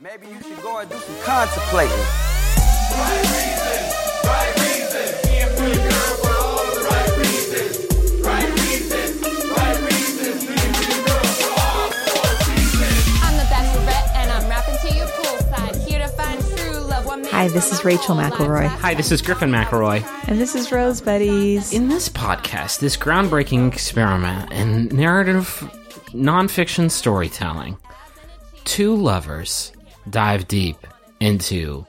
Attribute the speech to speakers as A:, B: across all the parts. A: Maybe you should go and do some contemplating.
B: I'm the Ben Rivette, and I'm rapping to you poolside. Here to find true love. What makes
C: Hi, this
B: my
C: is Rachel
B: whole life
C: McElroy.
B: last
D: Hi, this is Griffin McElroy.
C: And this is Rose Buddies.
D: In this podcast, this groundbreaking experiment in narrative nonfiction storytelling, two lovers dive deep into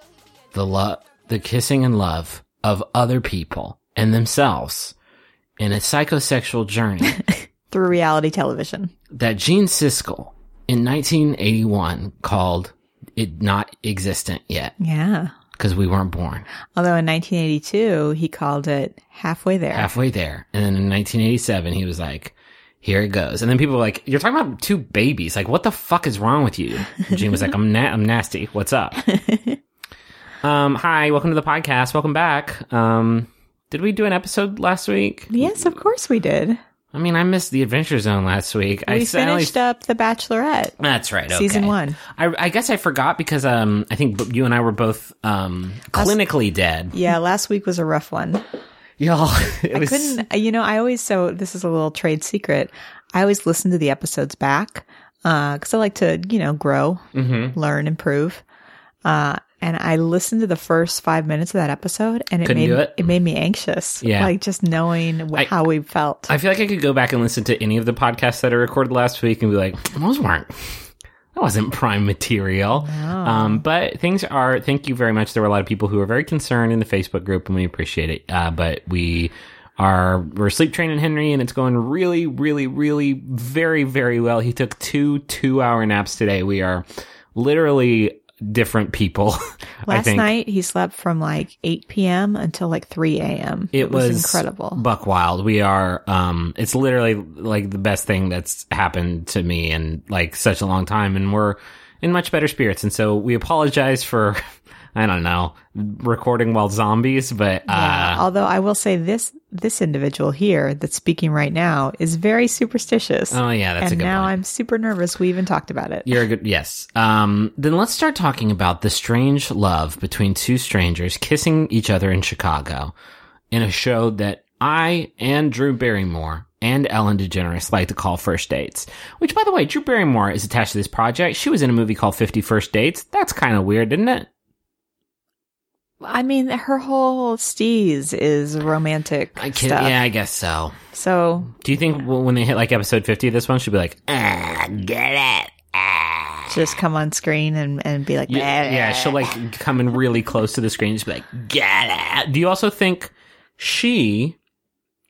D: the lo- the kissing and love of other people and themselves in a psychosexual journey
C: through reality television.
D: that Gene Siskel in 1981 called it not existent yet
C: Yeah.
D: because we weren't born.
C: Although in 1982, he called it Halfway There.
D: halfway there. And then in 1987, he was like, here it goes. And then people were like, you're talking about two babies. Like, what the fuck is wrong with you? And Gene was like, I'm, na- I'm nasty. What's up? um, hi, welcome to the podcast. Welcome back. Um, did we do an episode last week?
C: yes, of course we did. We
D: I mean, I missed the Adventure Zone last week. I s- I only-
C: finished up The Bachelorette.
D: That's right. Okay.
C: Season one.
D: I, I guess I forgot because um, I think b- you and I were both um, clinically dead.
C: Yeah, last week was a rough one.
D: Y'all, it
C: I
D: was
C: couldn't, you know, I always, so this is a little trade secret. I always listen to the episodes back because I like to, you know, grow,
D: Mm-hmm.
C: learn, improve. Uh, and I listened to the first five minutes of that episode, and it
D: Couldn't
C: made
D: do it?
C: it made me anxious.
D: Yeah.
C: like just knowing wh-
D: I-
C: how we felt.
D: I feel like I could go back and listen to any of the podcasts that I recorded last week and be like, those weren't. That wasn't prime material. Um, but things are, thank you very much. There were a lot of people who were very concerned in the Facebook group and we appreciate it. Uh, but we are, we're sleep training Henry and it's going really, really, really very, very well. He took two two hour naps today. We are literally different people. I
C: Last
D: think.
C: night he slept from like 8 p.m. until like 3 a.m.
D: It, was,
C: incredible.
D: Buck wild. We are, um, it's literally like the best thing that's happened to me in like such a long time. And we're in much better spirits. And so we apologize for, I don't know, recording while zombies, but,
C: Yeah.
D: uh,
C: Although I will say this this individual here that's speaking right now is very superstitious.
D: oh yeah, that's
C: and
D: a good
C: now
D: point.
C: I'm super nervous. We even talked about it.
D: You're a good, yes. Um, then let's start talking about the strange love between two strangers kissing each other in Chicago in a show that I and Drew Barrymore and Ellen DeGeneres like to call First Dates. Which, by the way, Drew Barrymore is attached to this project. She was in a movie called 50 First Dates. That's kind of weird, isn't it?
C: I mean, her whole steez is romantic
D: I kid-
C: stuff.
D: yeah, I guess so.
C: So
D: Do you think w- when they hit like episode 50 of this one, she'll be like, ah, get it?
C: just come on screen and, and be like,
D: Y-
C: "Bleh."
D: yeah, she'll like come in really close to the screen and just be like, get out. Do you also think she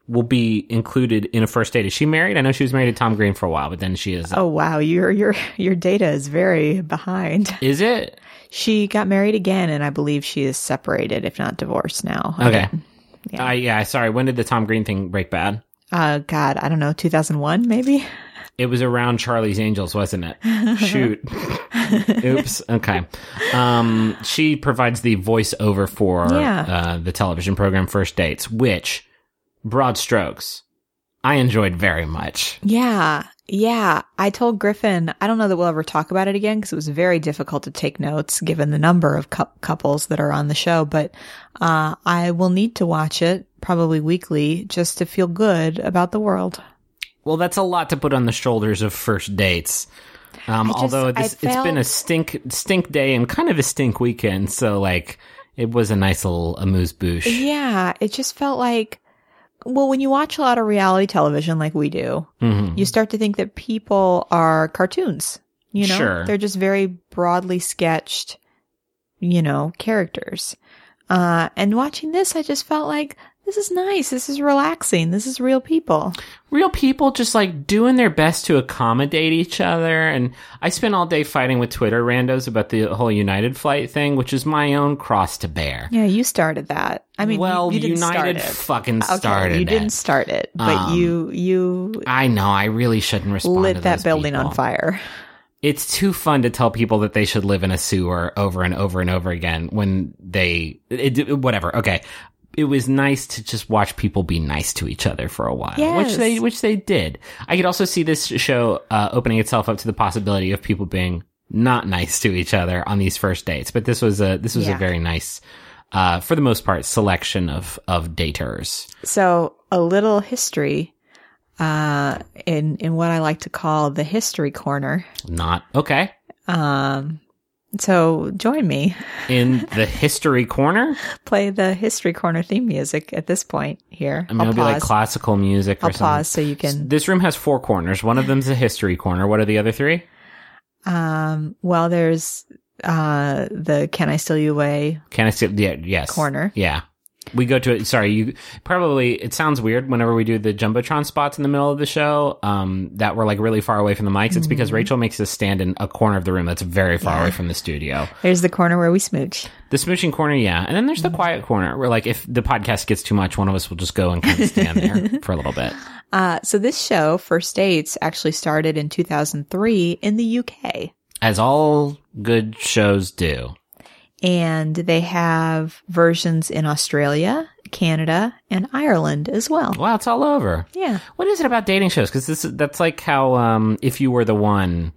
D: will be included in a first date? Is she married? I know she was married to Tom Green for a while, but then she is.
C: Oh wow, your your your data is very behind.
D: Is it?
C: She got married again, and I believe she is separated, if not divorced now.
D: Okay.
C: Yeah.
D: Uh, yeah, sorry. When did the Tom Green thing break bad?
C: Uh, God, I don't know, 2001 maybe.
D: It was around Charlie's Angels, wasn't it? Shoot. Oops. Okay. Um, she provides the voiceover for
C: Yeah.
D: uh, the television program First Dates, which, broad strokes, I enjoyed very much.
C: Yeah. Yeah. I told Griffin, I don't know that we'll ever talk about it again because it was very difficult to take notes given the number of cou- couples that are on the show. But uh, I will need to watch it probably weekly just to feel good about the world.
D: Well, that's a lot to put on the shoulders of first dates. Um,
C: I just-
D: although
C: I
D: this, it's been a
C: felt-
D: stink stink day and kind of a stink weekend, so like it was a nice little amuse bouche.
C: Yeah. It just felt like, well, when you watch a lot of reality television like we do,
D: hmm
C: you start to think that people are cartoons. You know,
D: Sure.
C: they're just very broadly sketched, you know, characters. Uh, and watching this, I just felt like this is nice. This is relaxing. This is real people.
D: Real people just like doing their best to accommodate each other, and I spent all day fighting with Twitter randos about the whole United flight thing, which is my own cross to bear.
C: Yeah, you started that. I mean, you-
D: well,
C: you, didn't
D: United
C: start
D: fucking
C: it. Okay,
D: started.
C: you
D: it.
C: didn't start it, but
D: Um,
C: you you
D: I know. I really shouldn't respond. to
C: lit that
D: those
C: building
D: people.
C: on fire.
D: it's too fun to tell people that they should live in a sewer over and over and over again when they it, it- whatever okay it was nice to just watch people be nice to each other for a while
C: Yes.
D: which they which they did i could also see this show uh, opening itself up to the possibility of people being not nice to each other on these first dates. But this was a this was
C: Yeah.
D: a very nice, uh, for the most part, selection of of daters.
C: So a little history uh, in in what I like to call the history corner.
D: Not okay
C: Um, so join me,
D: in the history corner.
C: play the history corner theme music at this point here.
D: I mean,
C: will
D: it'll be like
C: pause.
D: classical music.
C: I'll
D: or something.
C: pause so you can.
D: This room has four corners. One of them's a history corner. What are the other three?
C: Um, well, there's uh the "Can I Steal You Away"
D: Can I see? Yeah, yes.
C: Corner.
D: Yeah. We go to it. Sorry, you probably. It sounds weird whenever we do the jumbotron spots in the middle of the show. Um, that we're like really far away from the mics. It's because Rachel makes us stand in a corner of the room that's very far away from the studio.
C: There's the corner where we smooch.
D: The smooching corner, yeah, and then there's the quiet corner where, like, if the podcast gets too much, one of us will just go and kind of stand there for a little bit.
C: Uh, so this show, First Dates, actually started in 2003 in the UK.
D: As all good shows do.
C: and they have versions in Australia, Canada, and Ireland as well.
D: Wow, it's all over.
C: Yeah.
D: What is it about dating shows? Because this is- that's like how um, if you were the one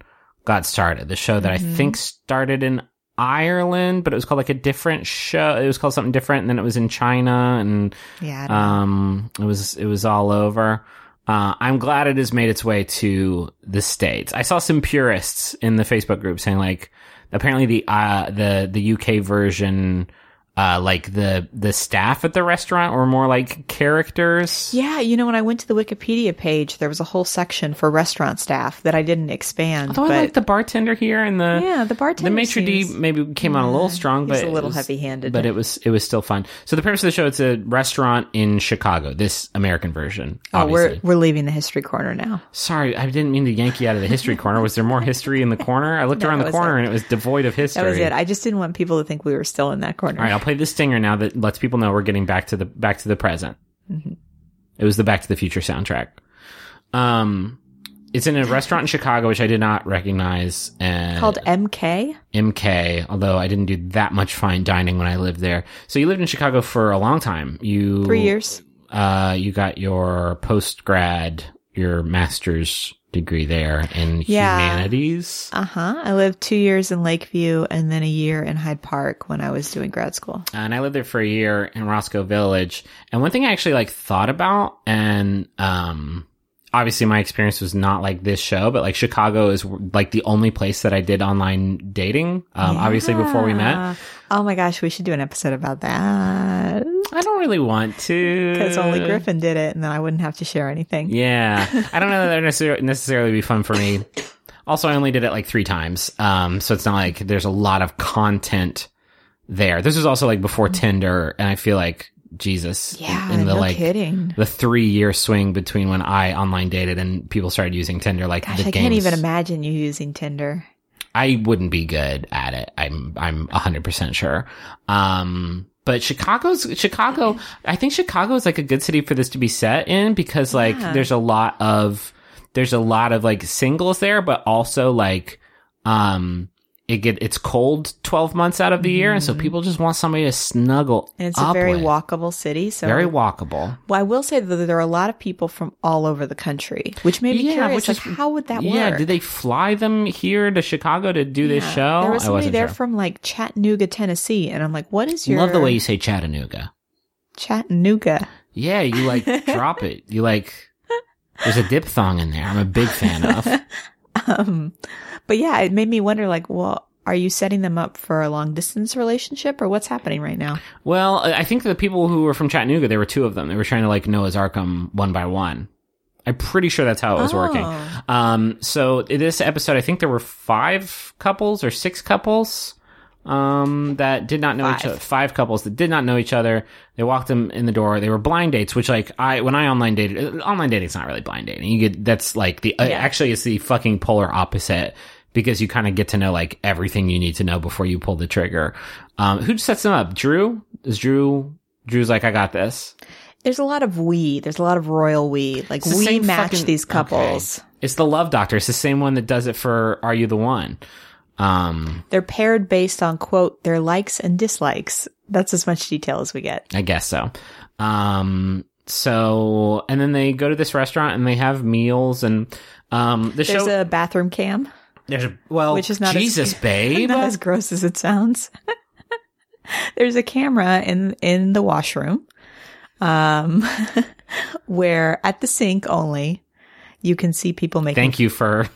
D: got started. The show that I think started in Ireland, but it was called like a different show. It was called something different, and then it was in China, and
C: Yeah. I don't-
D: um, it was it was all over. Uh, I'm glad it has made its way to the states. I saw some purists in the Facebook group saying like, apparently the uh, the the UK version. Uh, like the the staff at the restaurant were more like characters.
C: yeah, you know, when I went to the Wikipedia page, there was a whole section for restaurant staff that I didn't expand.
D: Although
C: but
D: Oh, I like the bartender here and the
C: yeah, the
D: the
C: bartender.
D: maitre d
C: seems-
D: maybe came on a little strong,
C: he's
D: but
C: a
D: it
C: little
D: was-
C: heavy-handed.
D: But it was it was still fun. So the premise of the show it's a restaurant in Chicago. This American version,
C: Oh,
D: obviously.
C: we're we're leaving the history corner now.
D: Sorry, I didn't mean to yank you out of the history corner. Was there more history in the corner? I looked around
C: that
D: the
C: was
D: corner
C: it.
D: and it was devoid of history.
C: That was it. I just didn't want people to think we were still in that corner.
D: All right, I'll play the stinger now that lets people know we're getting back to the back to the present.
C: Mm-hmm.
D: It was the Back to the Future soundtrack. Um, it's in a restaurant in Chicago, which I did not recognize. And
C: Called MK.
D: MK, although I didn't do that much fine dining when I lived there. So you lived in Chicago for a long time. You
C: Three years.
D: Uh, you got your post grad, your master's degree there in
C: Yeah.
D: humanities.
C: Uh huh. I lived two years in Lakeview and then a year in Hyde Park when I was doing grad school.
D: and I lived there for a year in Roscoe Village. And one thing I actually like thought about, and um, obviously my experience was not like this show, but like Chicago is like the only place that I did online dating. Um, obviously before we met,
C: Yeah. Oh my gosh, we should do an episode about that.
D: I don't really want to
C: Because only Griffin did it, and then I wouldn't have to share anything.
D: Yeah, I don't know that that would necessar- necessarily be fun for me. Also, I only did it like three times, um, so it's not like there's a lot of content there. This was also like before Tinder, and I feel like Jesus, in-
C: Yeah,
D: in the
C: no
D: like
C: kidding.
D: the three year swing between when I online dated and people started using Tinder, like
C: Gosh,
D: the
C: I can't
D: games-
C: even imagine you using Tinder.
D: I wouldn't be good at it. I'm I'm 100% sure. Um but Chicago's Chicago, I think Chicago is like a good city for this to be set in because like there's a lot of there's a lot of like singles there but also like um it get it's cold 12 months out of the year and so people just want somebody to snuggle
C: Mm-hmm. And it's
D: up
C: a very
D: with.
C: walkable city. So,
D: Ah, very walkable.
C: well, I will say that there are a lot of people from all over the country, which made me curious. like, how would that
D: yeah,
C: work?
D: did they fly them here to Chicago to do this show?
C: There was
D: I
C: somebody
D: wasn't
C: there
D: sure.
C: from like Chattanooga, Tennessee, and I'm like, what is your
D: Love the way you say Chattanooga.
C: Chattanooga?
D: Yeah, you like drop it. You like there's a diphthong in there. I'm a big fan of.
C: Um, but yeah, it made me wonder, like, well, are you setting them up for a long distance relationship, or what's happening right now?
D: Well, I I think the people who were from Chattanooga, there were two of them. They were trying to like Noah's Arkham one by one. I'm pretty sure that's how it was working.
C: Oh.
D: Um, so in this episode, I think there were five couples or six couples um, that did not know each
C: Five.
D: other. Five couples that did not know each other. They walked them in the door. They were blind dates, which like I when I online dated, uh, online dating's not really blind dating. You get that's like the uh, actually it's the fucking polar opposite because you kind of get to know like everything you need to know before you pull the trigger. Um, who sets them up? Drew is Drew. Drew's like, I got this.
C: There's a lot of we. There's a lot of royal we. Like
D: It's the
C: we
D: same
C: match
D: fucking-
C: these
D: okay.
C: couples.
D: It's the Love Doctor. It's the same one that does it for Are You the One? Um,
C: They're paired based on quote their likes and dislikes. That's as much detail as we get.
D: I guess so. Um, so and then they go to this restaurant and they have meals and um, the
C: There's
D: show
C: a bathroom cam.
E: There's a well,
C: Which is not as-
D: Oh, Jesus, babe.
C: Not as gross as it sounds. There's a camera in in the washroom, um, where at the sink only you can see people making
D: Thank you for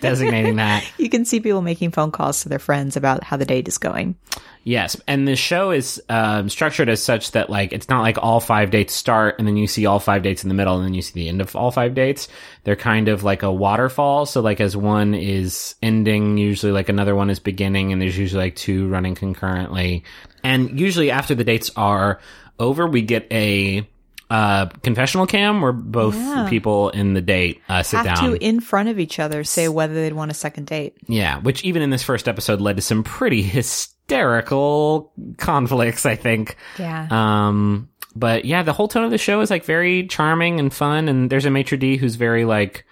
D: designating that.
C: you can see people making phone calls to their friends about how the date is going.
D: Yes, and the show is um, structured as such that like it's not like all five dates start and then you see all five dates in the middle and then you see the end of all five dates. They're kind of like a waterfall. So like as one is ending, usually like another one is beginning, and there's usually like two running concurrently. And usually after the dates are over, we get a uh, confessional cam where both people in the date uh, sit
C: Have
D: down.
C: to in front of each other say whether they'd want a second date.
D: Yeah, which even in this first episode led to some pretty hysterical conflicts, I think.
C: Yeah.
D: Um, but yeah, the whole tone of the show is like very charming and fun, and there's a maitre d who's very like,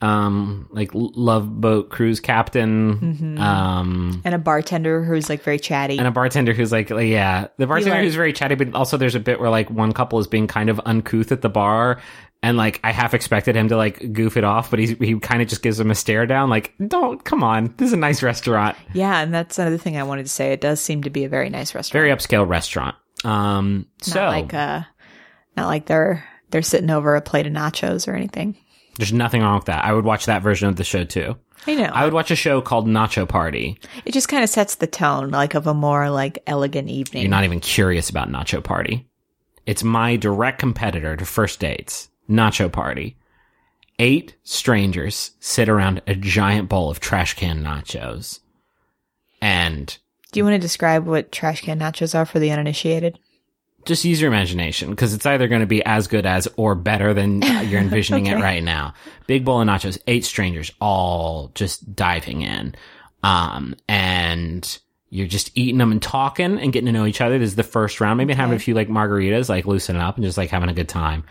D: um, like l- love boat cruise captain,
C: Mm-hmm.
D: um,
C: and a bartender who's like very chatty.
D: and a bartender who's like, like, yeah, the bartender
C: like-
D: who's very chatty, but also there's a bit where like one couple is being kind of uncouth at the bar. And like I half expected him to like goof it off, but he he kind of just gives him a stare down, like don't come on, this is a nice restaurant.
C: yeah, and that's another thing I wanted to say. It does seem to be a very nice restaurant.
D: very upscale restaurant. Um, so
C: not like uh not like they're they're sitting over a plate of nachos or anything.
D: there's nothing wrong with that. I would watch that version of the show too.
C: I know.
D: I would watch a show called Nacho Party.
C: it just kind of sets the tone like of a more like elegant evening.
D: You're not even curious about Nacho Party. It's my direct competitor to First Dates, Nacho Party. Eight strangers sit around a giant bowl of trash can nachos. And
C: Do you want to describe what trash can nachos are for the uninitiated?
D: just use your imagination because it's either going to be as good as or better than uh, you're envisioning it right now. Big bowl of nachos, eight strangers all just diving in. Um, and you're just eating them and talking and getting to know each other. This is the first round. Maybe having a few like margaritas, like loosening up and just like having a good time.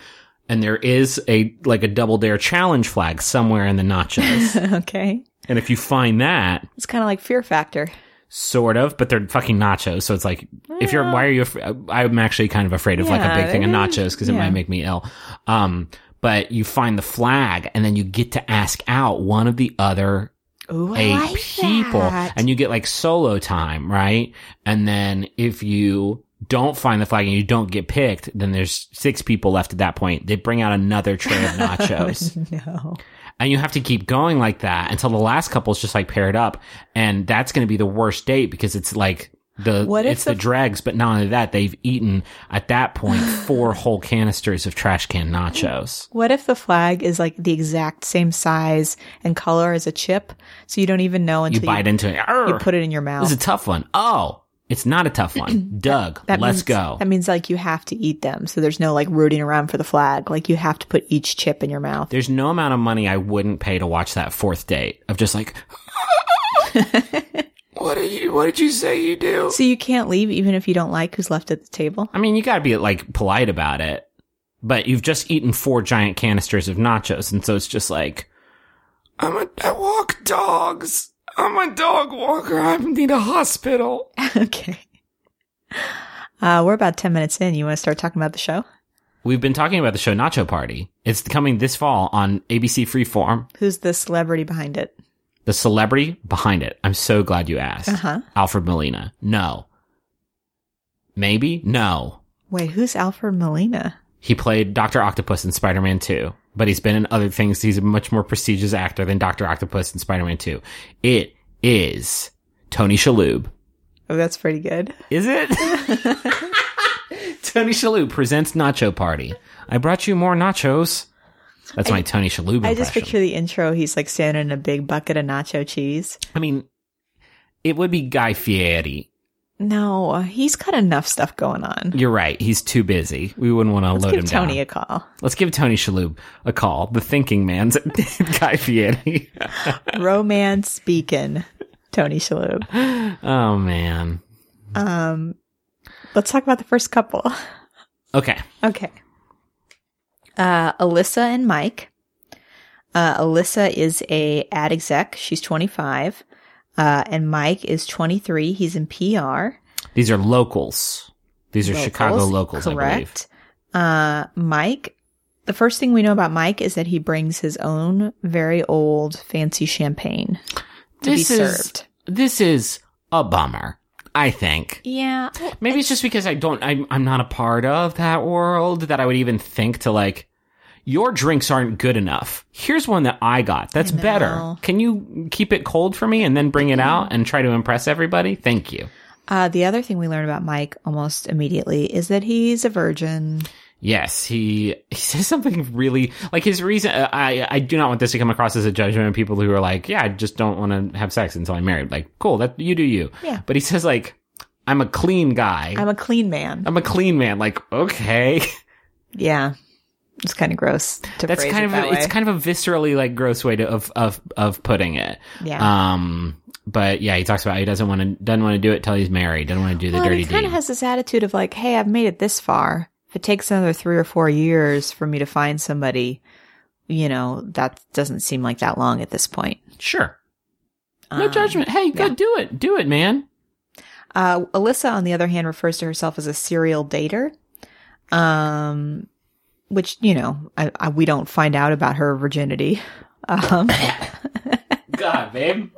D: And there is a like a double dare challenge flag somewhere in the nachos.
C: okay.
D: and if you find that,
C: It's kind of like Fear Factor.
D: sort of, but they're fucking nachos. So it's like, if you're, why are you? Af- I'm actually kind of afraid of like a
C: Yeah,
D: big thing of
C: they're-
D: nachos because it
C: yeah.
D: might make me ill. Um, but you find the flag and then you get to ask out one of the other
C: Ooh, I
D: eight
C: like
D: people
C: that.
D: and you get like solo time, right? And then if you don't find the flag and you don't get picked, then there's six people left at that point. They bring out another tray of nachos
C: no.
D: and you have to keep going like that until the last couple's just like paired up and that's going to be the worst date because it's like the
C: What if
D: it's the,
C: the-
D: dregs but not only that they've eaten at that point four whole canisters of trash can nachos
C: What if the flag is like the exact same size and color as a chip, so you don't even know
D: you
C: until
D: bite into it
C: you
D: Arr!
C: put it in your
D: this
C: mouth?
D: is a tough one. Oh, it's not a tough one doug let's
C: means,
D: go
C: That means like you have to eat them, so there's no like rooting around for the flag. Like you have to put each chip in your mouth.
D: there's no amount of money i wouldn't pay to watch that fourth date of just like what did you what did you say you do
C: So you can't leave even if you don't like who's left at the table.
D: I mean, you gotta be like polite about it, but you've just eaten four giant canisters of nachos, and so it's just like, I'm a, I walk dogs. I'm a dog walker. I need a hospital.
C: okay. Uh, we're about 10 minutes in. You want to start talking about the show?
D: We've been talking about the show Nacho Party. It's coming this fall on ABC Freeform.
C: Who's the celebrity behind it?
D: The celebrity behind it. I'm so glad you asked.
C: Uh-huh.
D: Alfred Molina. No. Maybe? No.
C: Wait, who's Alfred Molina?
D: He played Dr. Octopus in Spider Man 2, but he's been in other things. He's a much more prestigious actor than Dr. Octopus in Spider Man 2. It is Tony Shalhoub.
C: Oh, that's pretty good.
D: Is it? Tony Shalhoub presents Nacho Party. I brought you more nachos. That's my Tony Shalhoub impression.
C: I just picture the intro. He's like standing in a big bucket of nacho cheese.
D: I mean, it would be Guy Fieri.
C: No, he's got enough stuff going on.
D: You're right. He's too busy. We wouldn't want to load
C: Give
D: him down.
C: Tony a call.
D: Let's give Tony Shalhoub a call. The thinking man's Guy Fieri.
C: Romance beacon, Tony Shalhoub.
D: Oh, man.
C: Um, let's talk about the first couple.
D: Okay.
C: Okay. Uh, Alyssa and Mike. Uh, Alyssa is a ad exec. She's 25. Uh, and Mike is 23. He's in PR.
D: These are locals. These are Chicago locals, I believe.
C: Correct. Uh, Mike the first thing we know about Mike is that he brings his own very old fancy champagne to
D: this
C: be
D: is
C: served.
D: this is a bummer. I think.
C: Yeah. well,
D: Maybe it's just because I don't, I'm, I'm not a part of that world that I would even think to like, your drinks aren't good enough. Here's one that I got that's
C: I know.
D: better. Can you keep it cold for me and then bring it out and try to impress everybody? Thank you.
C: Uh, the other thing we learn about Mike almost immediately is that he's a virgin.
D: Yes, he he says something really like his reason. uh, I I do not want this to come across as a judgment of people who are like, yeah, I just don't want to have sex until I'm married. Like, cool, that you do you.
C: Yeah.
D: But he says like, I'm a clean guy.
C: I'm a clean man.
D: I'm a clean man. Like, okay.
C: Yeah. It's kind of gross to
D: that's
C: phrase
D: kind
C: it
D: of
C: that
D: a,
C: way.
D: it's kind of a viscerally like gross way to, of of of putting it.
C: Yeah.
D: Um. But yeah, he talks about how he doesn't want to doesn't want to do it till he's married. Doesn't want to do the
C: well, and
D: dirty
C: he kind
D: deed.
C: of has this attitude of like, hey, I've made it this far. If it takes another three or four years for me to find somebody, you know, that doesn't seem like that long at this point.
D: sure. No
C: Um,
D: judgment. Hey, go do it. Do it, man.
C: Uh, Alyssa, on the other hand, refers to herself as a serial dater, um, which you know I, I, we don't find out about her virginity. Um,
D: God, babe.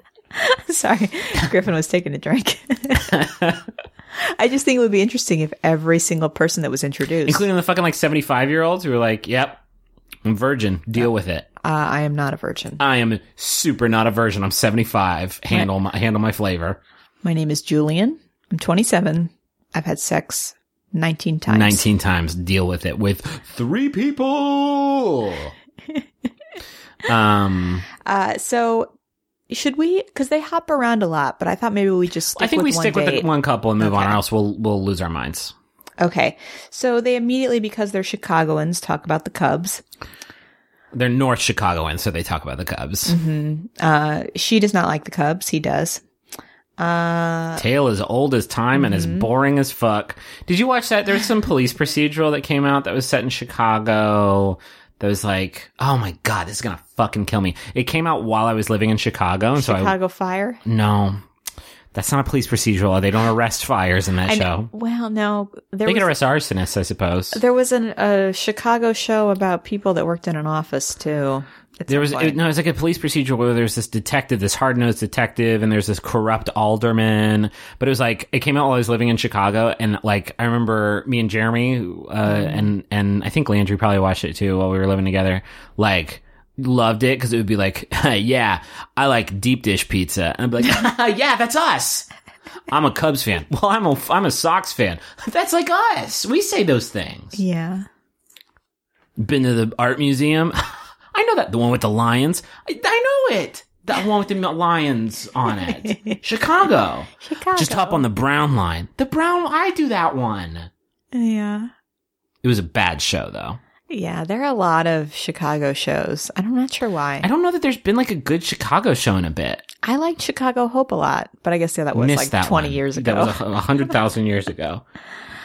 C: sorry, Griffin was taking a drink. I just think it would be interesting if every single person that was introduced,
D: including the fucking like 75 year olds who are like yep i'm virgin deal with it
C: uh, I am not a virgin.
D: i am super not a virgin i'm 75 handle my handle my flavor
C: My name is Julian. I'm 27. I've had sex 19 times.
D: 19 times deal with it with three people um
C: Uh, so should we? Because they hop around a lot, but I thought maybe we just. Stick
D: i think
C: with
D: we
C: one
D: stick with
C: date.
D: the one couple and move on
C: Okay.
D: or else we'll we'll lose our minds
C: Okay. So they immediately, because they're Chicagoans, talk about the Cubs.
D: they're north chicagoans so they talk about the cubs
C: Uh, she does not like the Cubs. He does.
D: tale as old as time and as boring as fuck. Did you watch that? There's some police procedural that came out that was set in Chicago. That was like, oh my god, this is gonna fucking kill me. It came out while I was living in Chicago, and so I
C: Chicago Fire.
D: no, that's not a police procedural. They don't arrest fires in that
C: And-
D: show.
C: Well, no. There was,
D: They can arrest arsonists, I suppose.
C: there was an, a Chicago show about people that worked in an office, too. at
D: There
C: some
D: was
C: point.
D: it, no, it's like a police procedural where there's this detective, this hard nosed detective, and there's this corrupt alderman. But it was like it came out while I was living in Chicago, and like I remember me and Jeremy, uh, and and I think Landry probably watched it too while we were living together. Like loved it because it would be like, yeah, I like deep dish pizza, and I'd be like, yeah, that's us. I'm a Cubs fan. Well, I'm a I'm a Sox fan. That's like us. We say those things
C: Yeah.
D: been to the art museum. I know that the one with the lions. I, I know it. That one with the lions on it. Chicago.
C: Chicago.
D: Just hop on the brown line. The brown. I do that one.
C: Yeah.
D: It was a bad show though.
C: Yeah. There are a lot of Chicago shows. I'm not sure why.
D: I don't know that there's been like a good Chicago show in a bit.
C: I, liked Chicago Hope a lot, but I guess, yeah, that was
D: Missed
C: like
D: that
C: 20
D: one.
C: years ago.
D: That was a, a hundred thousand years ago.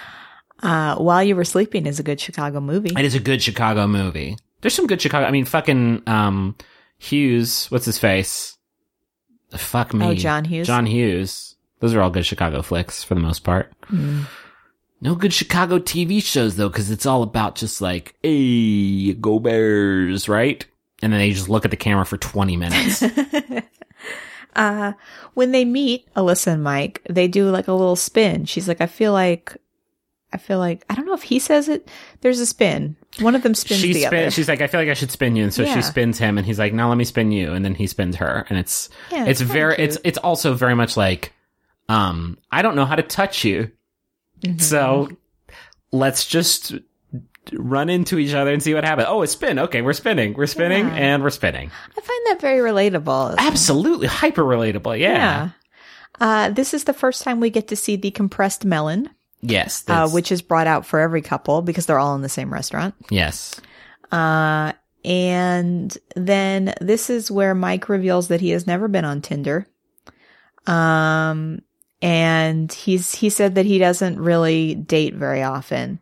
C: uh, While You Were Sleeping is a good Chicago movie.
D: It is a good Chicago movie. There's some good Chicago. I mean, fucking um, Hughes. What's his face? Fuck me.
C: Oh, John Hughes?
D: John Hughes. Those are all good Chicago flicks for the most part.
C: Hmm.
D: No good Chicago TV shows though, because it's all about just like, hey, go Bears, right? And then they just look at the camera for 20 minutes.
C: uh, when they meet Alyssa and Mike, they do like a little spin. She's like, I feel like, I feel like, I don't know if he says it. There's a spin. One of them spins
D: she
C: the
D: spin,
C: other.
D: She's like, I feel like I should spin you, and so
C: Yeah.
D: she spins him, and he's like, No, let me spin you, and then he spins her, and it's
C: Yeah,
D: it's
C: it's kinda
D: very
C: cute.
D: it's it's also very much like, um, I don't know how to touch you,
C: Mm-hmm.
D: so let's just run into each other and see what happens. Oh, it's spin. Okay, we're spinning, we're spinning,
C: Yeah.
D: and we're spinning.
C: I find that very relatable.
D: Absolutely hyper relatable. Yeah.
C: Yeah. Uh, this is the first time we get to see the compressed melon,
D: Yes.
C: uh,
D: that's-
C: which is brought out for every couple because they're all in the same restaurant.
D: yes.
C: Uh, and then this is where Mike reveals that he has never been on Tinder. Um, and he's, he said that he doesn't really date very often.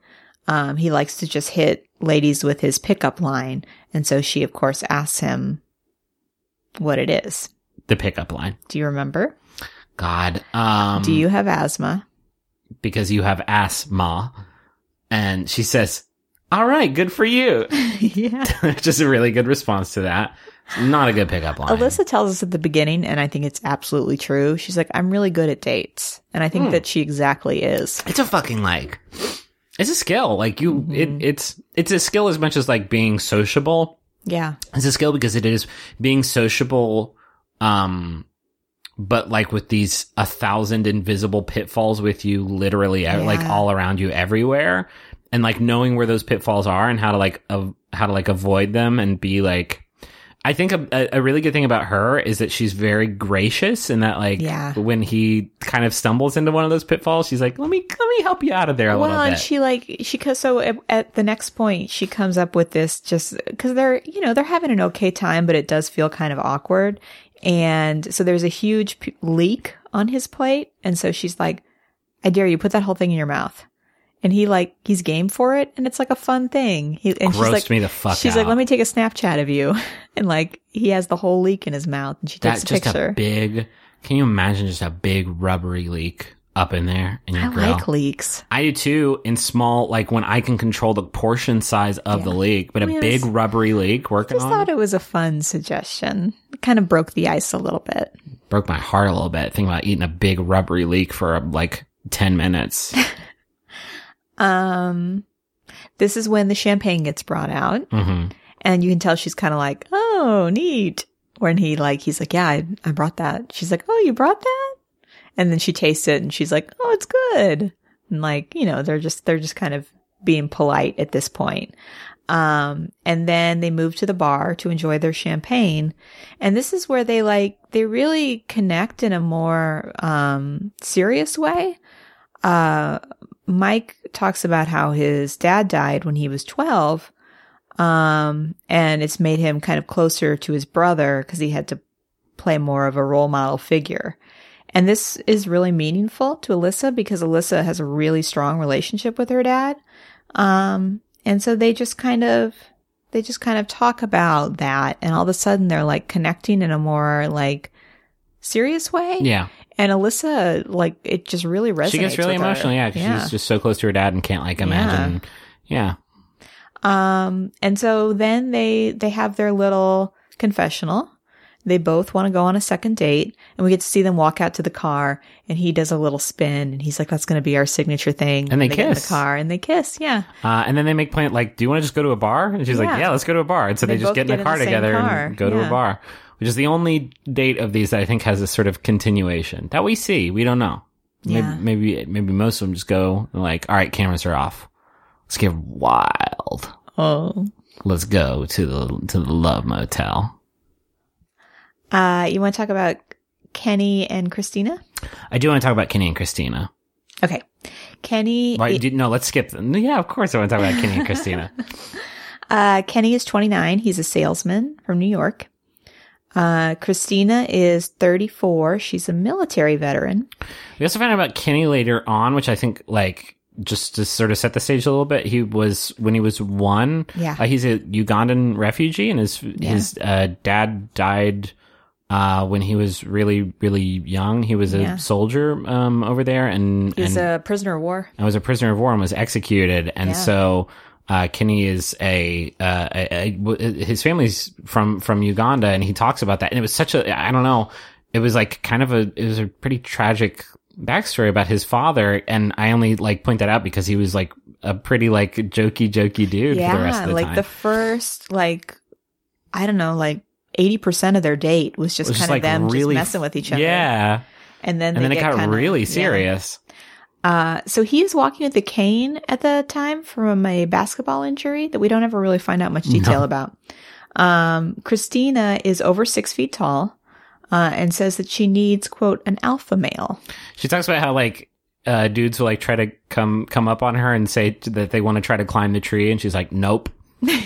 C: Um, he likes to just hit ladies with his pickup line. And so she, of course, asks him what it is.
D: The pickup line.
C: Do you remember?
D: God. Um,
C: Do you have asthma?
D: because you have asthma. And she says, all right, good for you.
C: yeah.
D: Just a really good response to that. Not a good pickup line.
C: Alyssa tells us at the beginning, and I think it's absolutely true. She's like, I'm really good at dates. And I think that she exactly is.
D: it's a fucking like it's a skill like you it, it's it's a skill as much as like being sociable
C: Yeah.
D: it's a skill because it is being sociable um but like with these a thousand invisible pitfalls with you literally ev- like
C: Yeah.
D: all around you everywhere and like knowing where those pitfalls are and how to like av- how to like avoid them and be like I think a- a, a really good thing about her is that she's very gracious and that like
C: Yeah.
D: when he kind of stumbles into one of those pitfalls she's like let me let me help you out of there a
C: Well,
D: little bit
C: and she like she co- so at, at the next point she comes up with this just because they're you know they're having an okay time, but it does feel kind of awkward. And so there's a huge p- leak on his plate, and so she's like, "I dare you put that whole thing in your mouth." And he like he's game for it, and it's like a fun thing. He and she's
D: Grossed
C: like,
D: me the fuck
C: She's like,
D: out.
C: "Let me take a Snapchat of you," and like he has the whole leak in his mouth, and she takes
D: That's
C: a
D: just
C: picture.
D: a big. Can you imagine just a big rubbery leak up in there in your
C: I
D: grill?
C: like leaks.
D: I do too. In small, like when I can control the portion size of the leak, but a
C: mean,
D: big
C: it's-
D: rubbery leak working
C: Just
D: on
C: thought
D: it
C: it was a fun suggestion. It kind of broke the ice a little bit.
D: broke my heart a little bit. Thinking about eating a big rubbery leak for um, like ten minutes.
C: Um, this is when the champagne gets brought out,
D: hmm
C: and you can tell she's kind of like, "Oh, neat." When he like, he's like, "Yeah, I, I brought that." She's like, "Oh, you brought that?" And then she tastes it, and she's like, "Oh, it's good." And like, you know, they're just they're just kind of being polite at this point. Um, and then they move to the bar to enjoy their champagne, and this is where they like they really connect in a more um serious way. Uh, Mike talks about how his dad died when he was 12. Um, and it's made him kind of closer to his brother because he had to play more of a role model figure. And this is really meaningful to Alyssa because Alyssa has a really strong relationship with her dad. Um, and so they just kind of, they just kind of talk about that. And all of a sudden they're like connecting in a more like serious way.
D: Yeah,
C: And Alyssa, like, it just really resonates.
D: she gets really
C: with her.
D: emotional. Yeah, 'cause she's just so close to her dad and can't like imagine. Yeah,
C: Um, and so then they they have their little confessional. They both want to go on a second date, and we get to see them walk out to the car. And he does a little spin, and he's like, "That's going to be our signature thing."
D: And they
C: get in the
D: kiss.
C: car, and they kiss. Yeah,
D: Uh, and then they make plan like, "Do you want to just go to a bar?" And she's
C: Yeah.
D: like, "Yeah, let's go to a bar." And so
C: They
D: they,
C: both
D: just get in
C: get
D: the
C: in
D: car
C: the same
D: together
C: car.
D: and go to
C: Yeah.
D: a bar, which is the only date of these that I think has a sort of continuation that we see. We don't know.
C: Yeah.
D: Maybe, maybe maybe most of them just go like, "All right, cameras are off. Let's get wild.
C: Oh,
D: Let's go to the to the love motel."
C: uh, you want to talk about Kenny and Christina?
D: I do want to talk about Kenny and Christina.
C: Okay, Kenny.
D: Why, do, no, let's skip them. Yeah, of course I want to talk about Kenny and Christina.
C: Uh, Kenny is 29. He's a salesman from New York. Uh, Christina is 34. She's a military veteran.
D: We also found out about Kenny later on, which I think, like, just to sort of set the stage a little bit, he was when he was one.
C: Yeah.
D: uh, he's a Ugandan refugee, and his his uh, dad died uh, when he was really really young. He was a
C: Yeah.
D: soldier um, over there, and
C: He's
D: and
C: a prisoner of war.
D: I was a prisoner of war and was executed. And
C: Yeah.
D: so uh, Kenny is a, uh, a, a- w- his family's from from Uganda, and he talks about that. And it was such a I don't know, it was like kind of a it was a pretty tragic backstory about his father. And I only like point that out because he was like a pretty like jokey jokey dude for the rest of the
C: like
D: time.
C: the first like I don't know, like eighty percent of their date was
D: It
C: just
D: was
C: kind
D: just,
C: of them
D: really-
C: just messing with each other.
D: Yeah,
C: and then
D: and
C: they
D: then it
C: get
D: got
C: kinda-
D: really
C: yeah.
D: serious.
C: Uh, so he is walking with a cane at the time from a basketball injury that we don't ever really find out much detail about. Um, Christina is over six feet tall. Uh, and says that she needs quote an alpha male.
D: She talks about how like uh, dudes will like try to come come up on her and say t- that they want to try to climb the tree, and she's like, "Nope,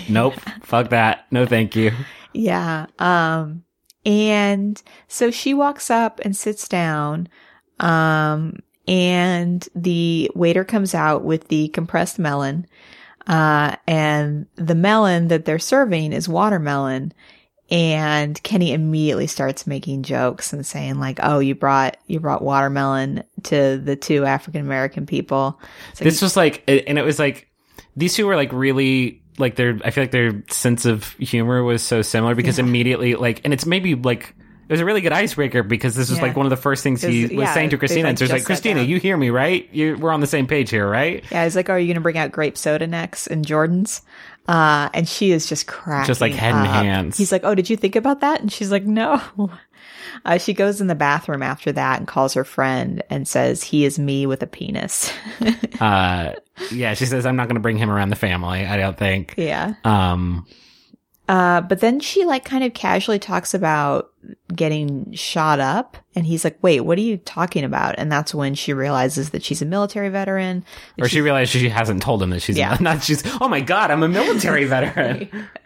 D: nope, fuck that, no, thank you."
C: Yeah. Um, and so she walks up and sits down. Um, and the waiter comes out with the compressed melon. Uh, and the melon that they're serving is watermelon. And Kenny immediately starts making jokes and saying like, "Oh, you brought you brought watermelon to the two African American people." It's like,
D: This was like, and it was like. these two were like really like their I feel like their sense of humor was so similar because immediately like and it's maybe like it was a really good icebreaker because this was
C: Yeah.
D: like one of the first things he
C: It
D: was
C: was- yeah,
D: saying to
C: they,
D: Christina.
C: like,
D: and so he's
C: just
D: like,
C: sat
D: Christina,
C: down."
D: you hear me, right? you we're on the same page here, right?
C: Yeah, he's like, "Oh, are you going to bring out grape soda next?" And Jordan's, uh, and she is just cracking,
D: Just, like, head in
C: up.
D: hands.
C: He's like, "Oh, did you think about that?" And she's like, "No." Uh, she goes in the bathroom after that and calls her friend and says, "He is me with a penis."
D: Uh, yeah, she says, I'm not going to bring him around the family, I don't think.
C: yeah.
D: Um,
C: Uh, but then she like kind of casually talks about getting shot up and he's like, wait, what are you talking about? And that's when she realizes that she's a military veteran.
D: or she realized she hasn't told him that she's
C: Yeah.
D: not. She's oh my god, I'm a military veteran.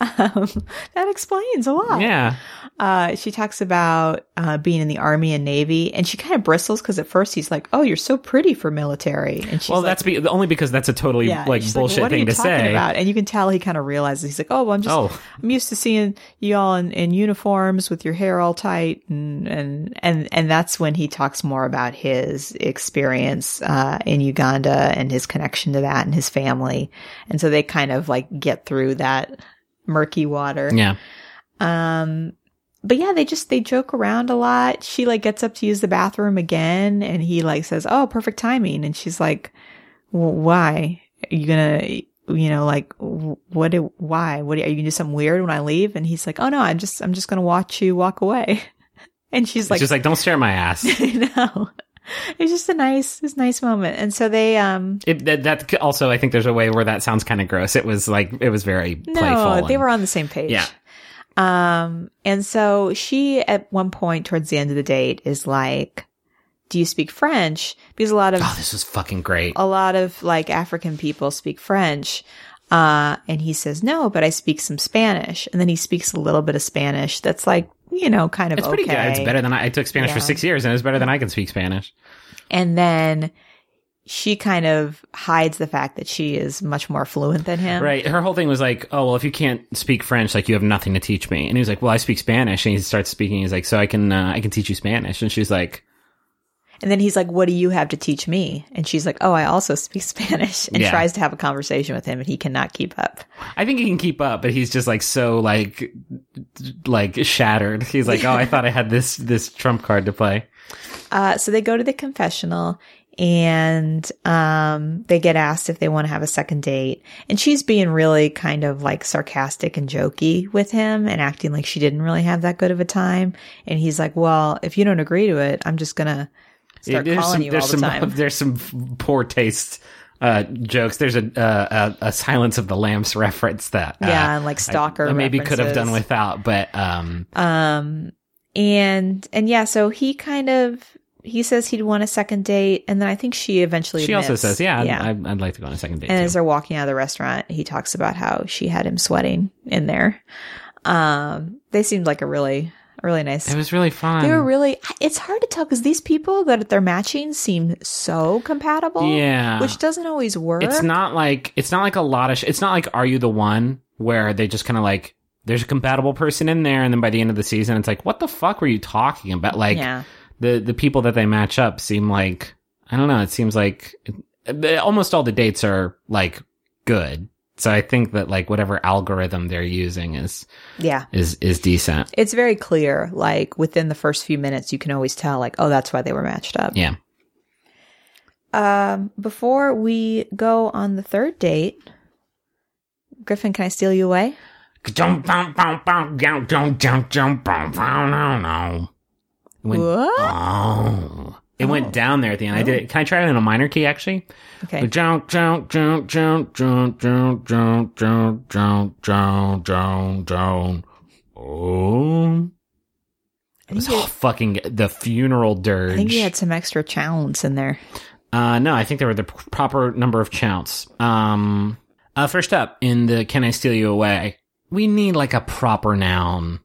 C: Um, that explains a lot.
D: yeah,
C: Uh, she talks about, uh, being in the army and navy and she kind of bristles because at first he's like, oh, you're so pretty for military. And she's
D: well,
C: like,
D: that's be- only because that's a totally
C: yeah,
D: like
C: she's
D: bullshit
C: what are
D: thing
C: you
D: to
C: talking
D: say.
C: About? And you can tell he kind of realizes he's like, oh, well, I'm just,
D: Oh.
C: I'm used to seeing you all in, in uniforms with your hair all tight, and and and and that's when he talks more about his experience uh, in Uganda and his connection to that and his family, and so they kind of like get through that murky water.
D: Yeah,
C: Um, but yeah, they just they joke around a lot. She like gets up to use the bathroom again, and he like says, "Oh, perfect timing," and she's like, well, "Why are you gonna?" You know, like w- what? do- Why? What are you gonna do? Something weird when I leave? And he's like, "Oh no, I'm just, I'm just gonna watch you walk away." And she's like,
D: she's like, don't stare at my ass.
C: "No." It's just a nice, it's a nice moment. And so they, um,
D: It, that, that also, I think there's a way where that sounds kind of gross. It was like it was very
C: No,
D: playful.
C: they
D: and-
C: were on the same page.
D: Yeah.
C: Um, and so she at one point towards the end of the date is like, "Do you speak French?" Because a lot of
D: Oh, this was fucking great.
C: a lot of like African people speak French. Uh, and he says, no, but I speak some Spanish. And then he speaks a little bit of Spanish that's like, you know, kind of
D: it's pretty
C: okay.
D: good. It's better than I, I took Spanish for
C: Yeah.
D: six years, and it's better than I can speak Spanish.
C: And then she kind of hides the fact that she is much more fluent than him.
D: Right. Her whole thing was like, oh, well, if you can't speak French, like you have nothing to teach me. And he was like, well, I speak Spanish. And he starts speaking. He's like, so I can, uh, I can teach you Spanish. And she's like,
C: And then he's like, What do you have to teach me? And she's like, Oh, I also speak Spanish and
D: Yeah.
C: tries to have a conversation with him and he cannot keep up.
D: I think he can keep up, but he's just like so like, like shattered. He's like, oh, I thought I had this, this trump card to play.
C: Uh, so they go to the confessional and um, they get asked if they want to have a second date. And she's being really kind of like sarcastic and jokey with him and acting like she didn't really have that good of a time. And he's like, Well, if you don't agree to it, I'm just going to start
D: there's
C: calling
D: some,
C: you
D: there's
C: all the
D: some,
C: time.
D: There's some f- poor taste uh, jokes. There's a, uh, a a Silence of the Lambs reference that uh,
C: yeah, and like stalker.
D: I maybe could have done
C: references.
D: without, but um,
C: Um, and and yeah, so he kind of he says he'd want a second date, and then I think she eventually
D: she also
C: admits-
D: says, yeah, I'd-
C: yeah.
D: I'd, I'd like to go on a second date.
C: and
D: too.
C: as they're walking out of the restaurant, he talks about how she had him sweating in there. Um, they seemed like a really a really nice.
D: It was really fun.
C: they were really. It's hard to tell because these people that they're matching seem so compatible.
D: Yeah.
C: which doesn't always work.
D: it's not like it's not like a lot of. Sh- it's not like Are You the One where they just kind of like there's a compatible person in there, and then by the end of the season, it's like what the fuck were you talking about? Like
C: Yeah.
D: the the people that they match up seem like I don't know. It seems like it- almost all the dates are like good. So I think that like whatever algorithm they're using is
C: Yeah.
D: is is decent.
C: It's very clear. Like within the first few minutes, you can always tell. Like, oh, that's why they were matched up.
D: Yeah.
C: Um, before we go on the third date, Griffin, can I steal you away?
D: When-
C: What?
D: Oh. It went down there at the end. I did it. Can I try it in a minor key actually?
C: Okay.
D: Jump, jump, jump, jump, jump, jump, jump, jump, jump, jump, jump, jump. Oh. It was all fucking the funeral dirge.
C: I think you had some extra challenge in there.
D: Uh, no, I think there were the p- proper number of counts. Um, uh, first up in the "Can I Steal You Away?" We need like a proper noun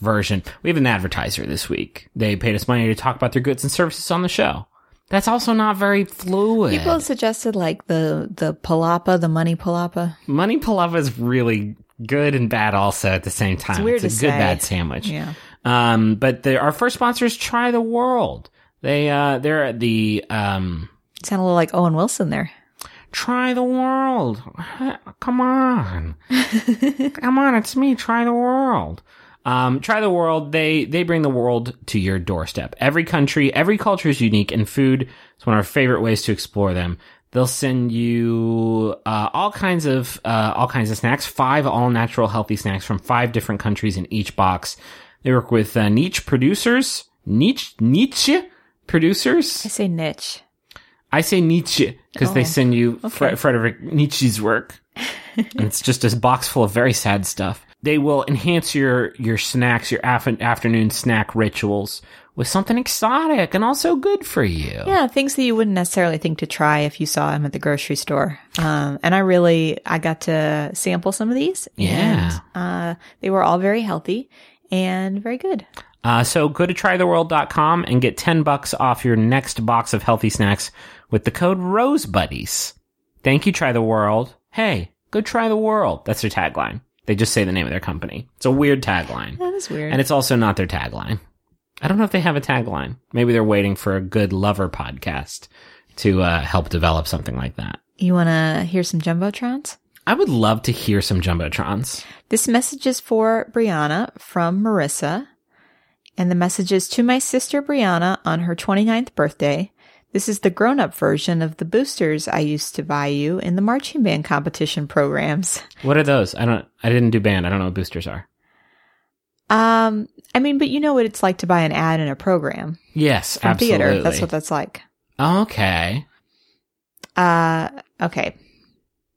D: version. We have an advertiser this week. They paid us money to talk about their goods and services on the show. That's also not very fluid.
C: People have suggested like the the palapa, the money palapa.
D: Money Palava is really good and bad also at the same time. It's,
C: weird
D: a
C: to
D: good
C: say.
D: bad sandwich.
C: Yeah.
D: Um, but the, our first sponsor is Try the World. They uh, they're the um.
C: Sound a little like Owen Wilson there.
D: Try the world. Come on. Come on, it's me. Try the world. Um, try the world. They they bring the world to your doorstep. Every country, every culture is unique, and food is one of our favorite ways to explore them. They'll send you uh, all kinds of uh, all kinds of snacks. Five all natural healthy snacks from five different countries in each box. They work with uh, niche producers, niche niche producers.
C: I say niche.
D: I say Nietzsche because they send you Fre- Frederick Nietzsche's work. and it's just a box full of very sad stuff. They will enhance your your snacks, your af- afternoon snack rituals with something exotic and also good for you.
C: Yeah, things that you wouldn't necessarily think to try if you saw him at the grocery store. Um, and I really, I got to sample some of these.
D: Yeah.
C: And, uh, they were all very healthy and very good.
D: Uh, so go to trytheworld.com and get 10 bucks off your next box of healthy snacks with the code ROSEBuddies. Thank you, Try the World. Hey, go try the world. That's their tagline. They just say the name of their company. It's a weird tagline.
C: That is weird.
D: And it's also not their tagline. I don't know if they have a tagline. Maybe they're waiting for a good lover podcast to uh, help develop something like that.
C: you want to hear some jumbotrons?
D: I would love to hear some jumbotrons.
C: This message is for Brianna from Marissa. And the message is to my sister Brianna on her 29th birthday. This is the grown up version of the boosters I used to buy you in the marching band competition programs.
D: What are those? I don't. I didn't do band. I don't know what boosters are.
C: Um, I mean, but you know what it's like to buy an ad in a program
D: Yes,
C: from
D: absolutely.
C: theater. That's what that's like.
D: okay.
C: Uh, okay.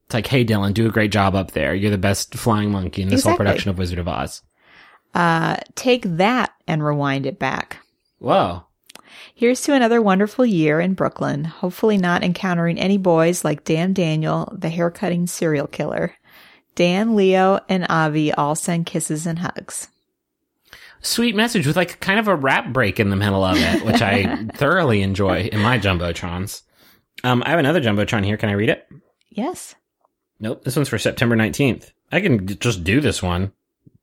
D: It's like, hey, Dylan, do a great job up there. You're the best flying monkey in this whole
C: Exactly.
D: production of Wizard of Oz.
C: Uh, take that and rewind it back.
D: Whoa.
C: Here's to another wonderful year in Brooklyn, hopefully not encountering any boys like Dan Daniel, the haircutting serial killer. Dan, Leo, and Avi all send kisses and hugs.
D: Sweet message with like kind of a rap break in the middle of it, which I thoroughly enjoy in my jumbotrons. Um, I have another jumbotron here. Can I read it?
C: Yes.
D: Nope. This one's for September 19th. I can d- just do this one,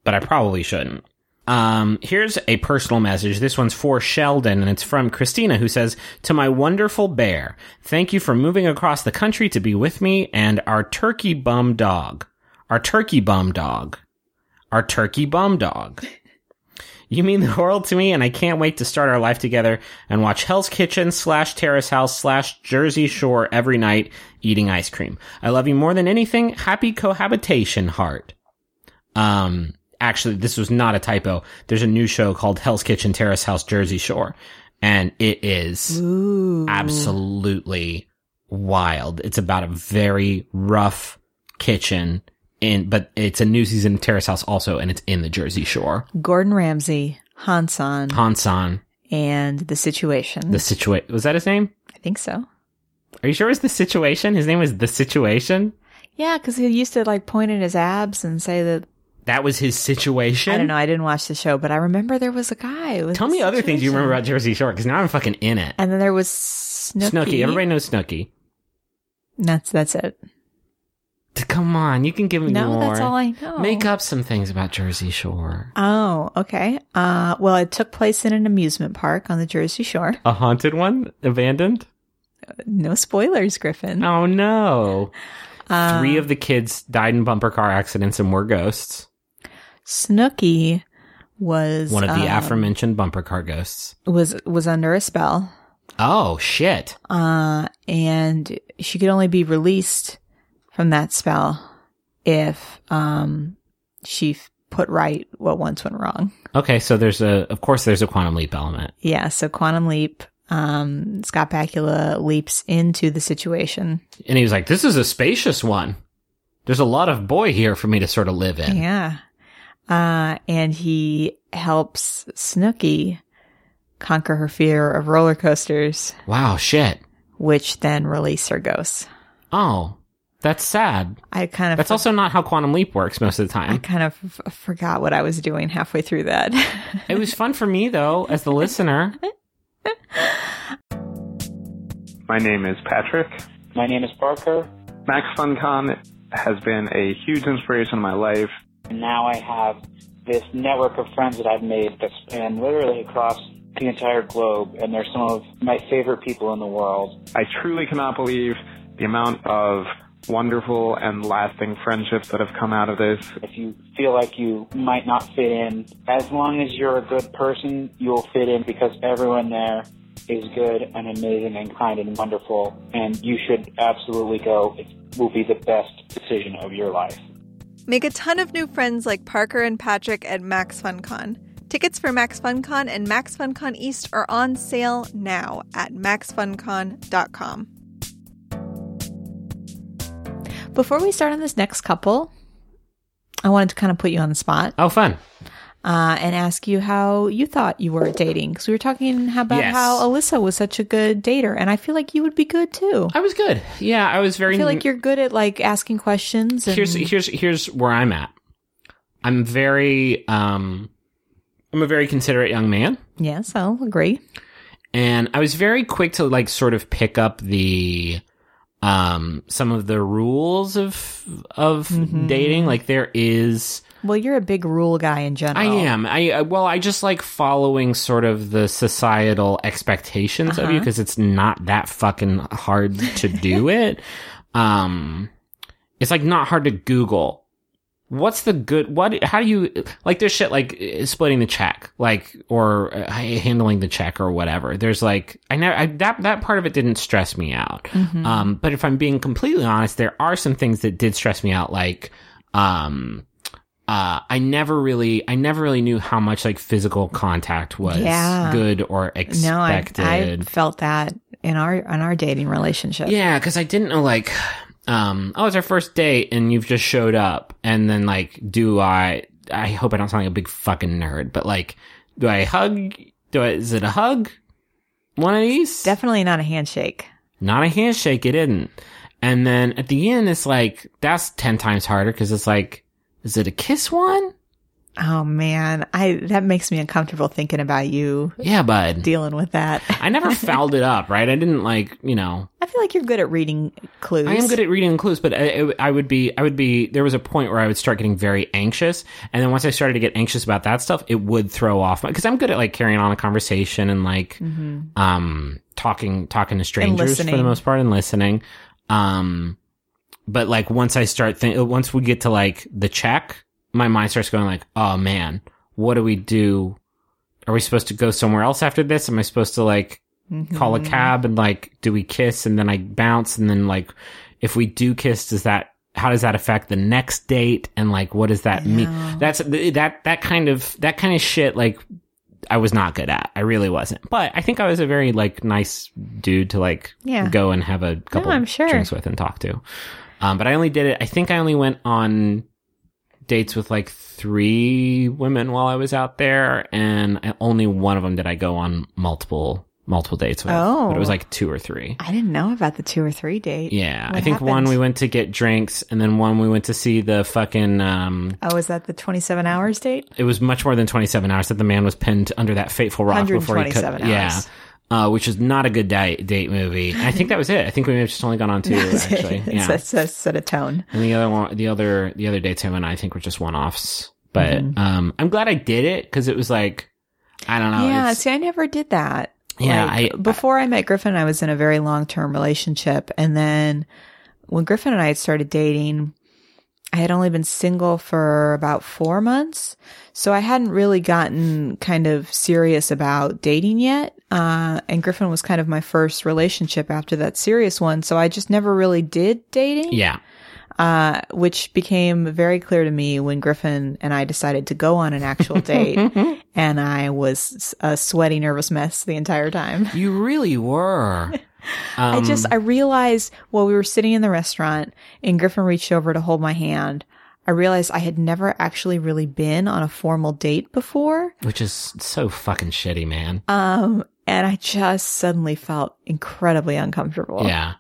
D: but I probably shouldn't. Um, here's a personal message. This one's for Sheldon and it's from Christina who says, To my wonderful bear, thank you for moving across the country to be with me and our turkey bum dog. Our turkey bum dog. Our turkey bum dog. You mean the world to me, and I can't wait to start our life together and watch Hell's Kitchen slash Terrace House slash Jersey Shore every night eating ice cream. I love you more than anything. Happy cohabitation, heart. Um, actually, this was not a typo. There's a new show called Hell's Kitchen Terrace House Jersey Shore, and it is
C: Ooh.
D: absolutely wild. It's about a very rough kitchen. In, but it's a new season of Terrace House also, and it's in the Jersey Shore.
C: Gordon Ramsay, Hansan,
D: Hansan,
C: and The Situation.
D: the situation was that his name?
C: I think so.
D: Are you sure it was the situation? His name was the situation.
C: Yeah, because he used to like point at his abs and say that.
D: That was his situation.
C: I don't know. I didn't watch the show, but I remember there was a guy. with
D: Tell
C: The
D: me other things you
C: Situation.
D: remember about Jersey Shore because now I'm fucking in it.
C: And then there was Snooki.
D: Snooki, everybody knows Snooki.
C: That's that's it.
D: T- Come on, you can give me
C: No,
D: more.
C: that's all I know.
D: Make up some things about Jersey Shore.
C: Oh, okay. Uh, well, it took place in an amusement park on the Jersey Shore.
D: A haunted one, abandoned.
C: No spoilers, Griffin.
D: Oh no.
C: Um,
D: Three of the kids died in bumper car accidents and were ghosts.
C: Snooky was
D: One of the
C: uh,
D: aforementioned bumper car ghosts.
C: was was under a spell,
D: Oh shit.
C: uh, and she could only be released from that spell if um, she f- put right what once went wrong.
D: Okay, so there's a of course there's a quantum leap element.
C: Yeah. So quantum leap. Um, Scott Bakula leaps into the situation.
D: And he was like, This is a spacious one. There's a lot of boy here for me to sort of live in.
C: Yeah. Uh, and he helps Snooky conquer her fear of roller coasters,
D: Wow, shit.
C: which then release her ghosts.
D: Oh. That's sad.
C: I kind of
D: That's also not how quantum leap works most of the
C: I
D: time.
C: kind of f- forgot what I was doing halfway through that.
D: It was fun for me though, as the listener.
E: My name is Patrick.
F: My name is Parker,
E: Max FunCon has been a huge inspiration in my life.
F: and now I have this network of friends that I've made that span literally across the entire globe, and they're some of my favorite people in the world.
E: I truly cannot believe the amount of wonderful and lasting friendships that have come out of this.
F: If you feel like you might not fit in, as long as you're a good person, you'll fit in because everyone there is good and amazing and kind and wonderful. And you should absolutely go. It will be the best decision of your life.
G: Make a ton of new friends like Parker and Patrick at Max FunCon. Tickets for Max FunCon and Max FunCon East are on sale now at maxfuncon.com.
C: Before we start on this next couple, I wanted to kind of put you on the spot
D: Oh, fun.
C: uh, and ask you how you thought you were at dating. Because we were talking about
D: Yes.
C: how Alyssa was such a good dater, and I feel like you would be good too.
D: I was good. Yeah, I was very.
C: I feel like you're good at like asking questions. And
D: here's here's here's where I'm at. I'm very um, I'm a very considerate young man.
C: yes, I'll agree.
D: and I was very quick to like sort of pick up the um some of the rules of of dating like there is
C: Well, you're a big rule guy in general.
D: I am I I- well I just like following sort of the societal expectations of you because it's not that fucking hard to do it um it's like not hard to google what's the good what how do you like there's shit like uh, splitting the check like or uh, handling the check or whatever there's like i never I, that that part of it didn't stress me out
C: Mm-hmm.
D: um but if i'm being completely honest there are some things that did stress me out like um uh, I never really, I never really knew how much like physical contact was
C: Yeah.
D: good or
C: No, I,
D: expected.
C: I felt that in our in our dating relationship.
D: Yeah, because I didn't know like, um, oh, it's our first date, and you've just showed up, and then like, do I? I hope I don't sound like a big fucking nerd, but like, do I hug? Do I? Is it a hug? One of these?
C: Definitely not a handshake.
D: Not a handshake. It isn't. And then at the end, it's like that's ten times harder because it's like, is it a kiss one?
C: Oh man, I that makes me uncomfortable thinking about you
D: Yeah, bud.
C: dealing with that.
D: I never fouled it up, right? I didn't like, you know,
C: I feel like you're good at reading clues.
D: I am good at reading clues, but I, I- I would be, I would be. There was a point where I would start getting very anxious, and then once I started to get anxious about that stuff, it would throw off because I'm good at like carrying on a conversation and like,
C: Mm-hmm.
D: um, talking talking to strangers for the
C: listening.
D: most part and listening. Um, but like once I start think, once we get to like the check, my mind starts going like, oh man, what do we do? Are we supposed to go somewhere else after this? Am I supposed to like
C: Mm-hmm.
D: call a cab and like do we kiss and then I bounce and then like if we do kiss does that how does that affect the next date and like what does that mean that's that that kind of that kind of shit like I was not good at I really wasn't but I think I was a very like nice dude to like
C: Yeah.
D: go and have a couple
C: I'm sure.
D: drinks with and talk to um but I only did it I think I only went on dates with like three women while I was out there, and I- only one of them did I go on multiple multiple dates with.
C: Oh.
D: but it was like two or three.
C: I didn't know about the two or three date.
D: Yeah,
C: What
D: I think one
C: happened?
D: we went to get drinks, and then one we went to see the fucking. Um,
C: Oh, is that the 27 hours date?
D: it was much more than twenty seven hours that the man was pinned under that fateful rock before he could.
C: 127
D: Yeah.
C: hours.
D: Uh, which is not a good di- date movie. I think that was it. I think we may have just only gone on two actually. Yeah.
C: Set- set- set a tone.
D: And the other one, the other, the other dates him and I think were just one offs. But
C: Mm-hmm.
D: um, I'm glad I did it because it was like, I don't know.
C: yeah,
D: it's-
C: see, I never did that.
D: Yeah,
C: Like,
D: I-
C: before I met Griffin, I was in a very long term relationship, and then when Griffin and I had started dating, I had only been single for about four months, so I hadn't really gotten kind of serious about dating yet. Uh, and Griffin was kind of my first relationship after that serious one, so I just never really did dating
D: yeah,
C: uh, which became very clear to me when Griffin and I decided to go on an actual date, and I was a sweaty, nervous mess the entire time.
D: you really were. Um,
C: I just I realized while we were sitting in the restaurant and Griffin reached over to hold my hand, I realized I had never actually really been on a formal date before,
D: Which is so fucking shitty, man.
C: um, and I just suddenly felt incredibly uncomfortable.
D: yeah.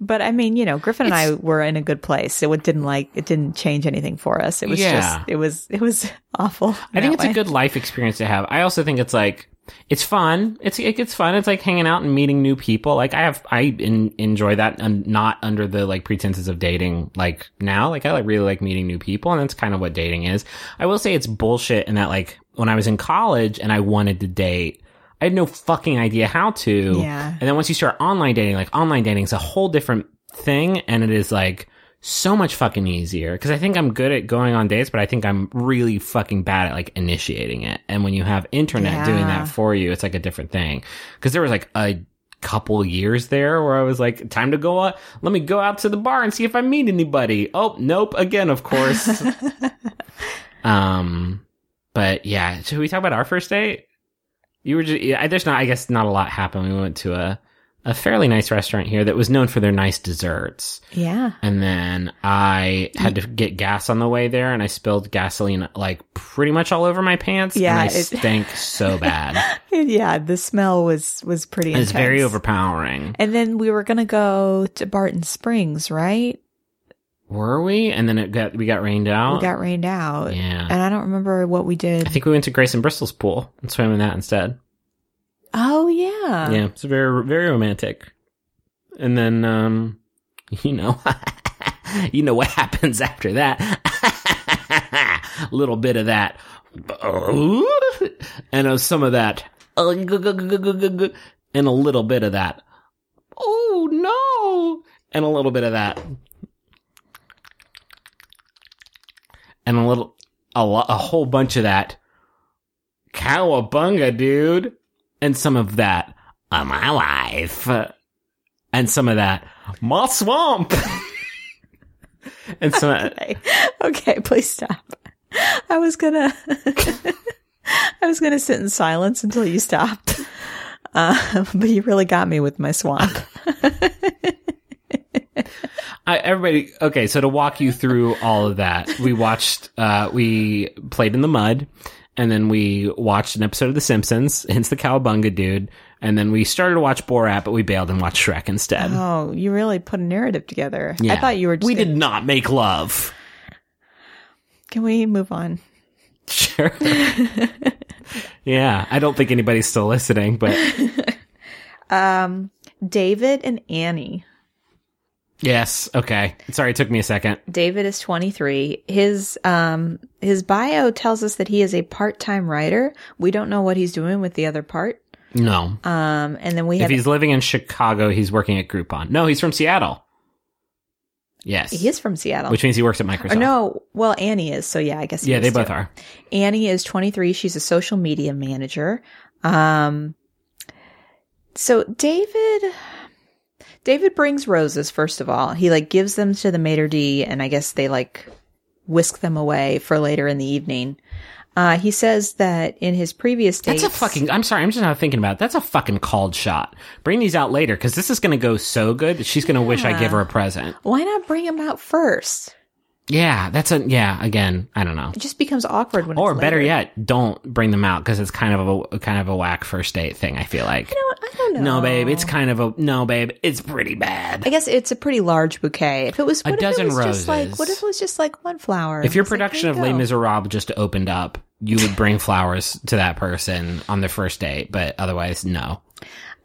C: But I mean, you know, Griffin and I were in a good place. It would- didn't like it didn't change anything for us. It was
D: Yeah.
C: just it was it was awful.
D: I think
C: that
D: it's
C: way.
D: a good life experience to have. I also think it's like, it's fun. It's, it gets fun. It's like hanging out and meeting new people. Like I have, I in, enjoy that and not under the like pretenses of dating like now. Like I like really like meeting new people and that's kind of what dating is. I will say it's bullshit in that like when I was in college and I wanted to date, I had no fucking idea how to.
C: Yeah.
D: And then once you start online dating, like online dating's a whole different thing, and it is like so much fucking easier because I think I'm good at going on dates, but I think I'm really fucking bad at like initiating it. And when you have internet doing
C: Yeah.
D: that for you, it's like a different thing. Because there was like a couple years there where I was like, time to go out. Let me go out to the bar and see if I meet anybody. Oh, nope. Again, of course. um, but yeah, should we talk about our first date? You were just yeah, I- there's not I guess not a lot happened. We went to a a fairly nice restaurant here that was known for their nice desserts.
C: Yeah.
D: And then I had to get gas on the way there and I spilled gasoline like pretty much all over my pants
C: Yeah,
D: and I
C: it-
D: stank so bad.
C: Yeah. The smell was, was pretty intense.
D: It's very overpowering.
C: And then we were going to go to Barton Springs, right?
D: Were we? And then it got we got rained out.
C: We got rained out.
D: Oh. Yeah.
C: And I don't remember what we did.
D: I think we went to Grace and Bristol's pool and swam in that instead.
C: oh, yeah.
D: yeah, it's very very romantic. And then um you know you know what happens after that. little bit of that and uh, some of that and a little bit of that. Oh no. And a little bit of that. And a little a, lo- a whole bunch of that. Cowabunga, dude and some of that uh, my life and some of that my swamp and some
C: Okay. Okay. Please stop. I was going to, I was going to sit in silence until you stopped. Uh, but you really got me with my swamp.
D: I, everybody okay so to walk you through all of that we watched uh we played in the mud and then we watched an episode of the simpsons hence the cowabunga dude and then we started to watch borat but we bailed and watched shrek instead
C: Oh, you really put a narrative together. I
D: Yeah.
C: thought you were just.
D: we did not make love
C: Can we move on?
D: sure yeah i don't think anybody's still listening but
C: David and Annie.
D: yes okay sorry it took me a second
C: David is 23. His um his bio tells us that he is a part-time writer. We don't know what he's doing with the other part.
D: no
C: Um and then we
D: If
C: have
D: he's living in Chicago, he's working at Groupon. No, he's from Seattle. Yes.
C: he is from Seattle.
D: Which means he works at Microsoft.
C: or no, well Annie is, so yeah, I guess he
D: Yeah,
C: is
D: they both
C: too.
D: are.
C: Annie is 23. She's a social media manager. Um, so David, David brings roses, first of all. He like gives them to the maitre d and I guess they like whisk them away for later in the evening. Uh, he says that in his previous dates.
D: That's a fucking. I'm sorry. I'm just not thinking about it. That's a fucking called shot. Bring these out later because this is going to go so good that she's going to wish I give her a present.
C: Why not bring him out first?
D: Yeah. That's a. Yeah. Again, I don't know.
C: It just becomes awkward when
D: Or
C: it's
D: better
C: later.
D: yet, don't bring them out because it's kind of a kind of a whack first date thing. I feel like.
C: You know what? I don't know.
D: No, babe. It's kind of a no, babe. It's pretty bad.
C: I guess it's a pretty large bouquet. If it was
D: A
C: what if it
D: dozen
C: was just like
D: roses.
C: what if it was just like one flower?
D: If your
C: It's like, there
D: production
C: you
D: of Les
C: go.
D: Miserables just opened up, you would bring flowers to that person on their first date, but otherwise, no.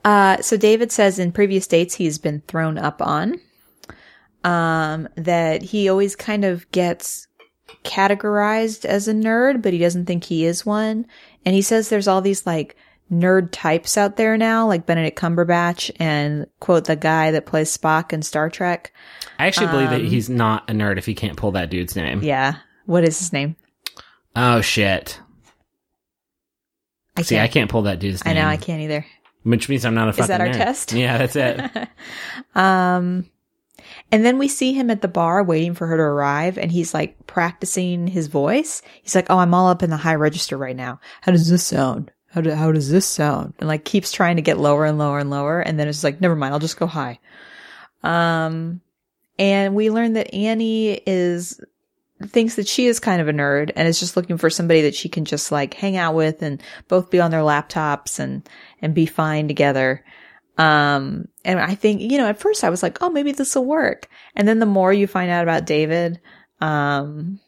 C: Uh, so David says in previous dates he's been thrown up on, um, that he always kind of gets categorized as a nerd, but he doesn't think he is one. And he says there's all these like nerd types out there now, like Benedict Cumberbatch and quote the guy that plays Spock in Star Trek.
D: I actually believe that he's not a nerd if he can't pull that dude's name.
C: Um, Yeah. What is his name?
D: Oh shit!
C: I
D: See, I can't pull that dude's
C: I
D: name.
C: know I can't either.
D: Which means I'm not a fucking.
C: that our
D: nerd.
C: test?
D: Yeah, that's it.
C: Um, and then we see him at the bar waiting for her to arrive, and he's like practicing his voice. He's like, "Oh, I'm all up in the high register right now. How does this sound? How do, how does this sound?" And like keeps trying to get lower and lower and lower, and then it's like, "Never mind, I'll just go high." Um, and we learn that Annie is thinks that she is kind of a nerd and is just looking for somebody that she can just like hang out with and both be on their laptops and and be fine together. Um, and I think, you know, at first I was like, oh, maybe this will work. And then the more you find out about David, um,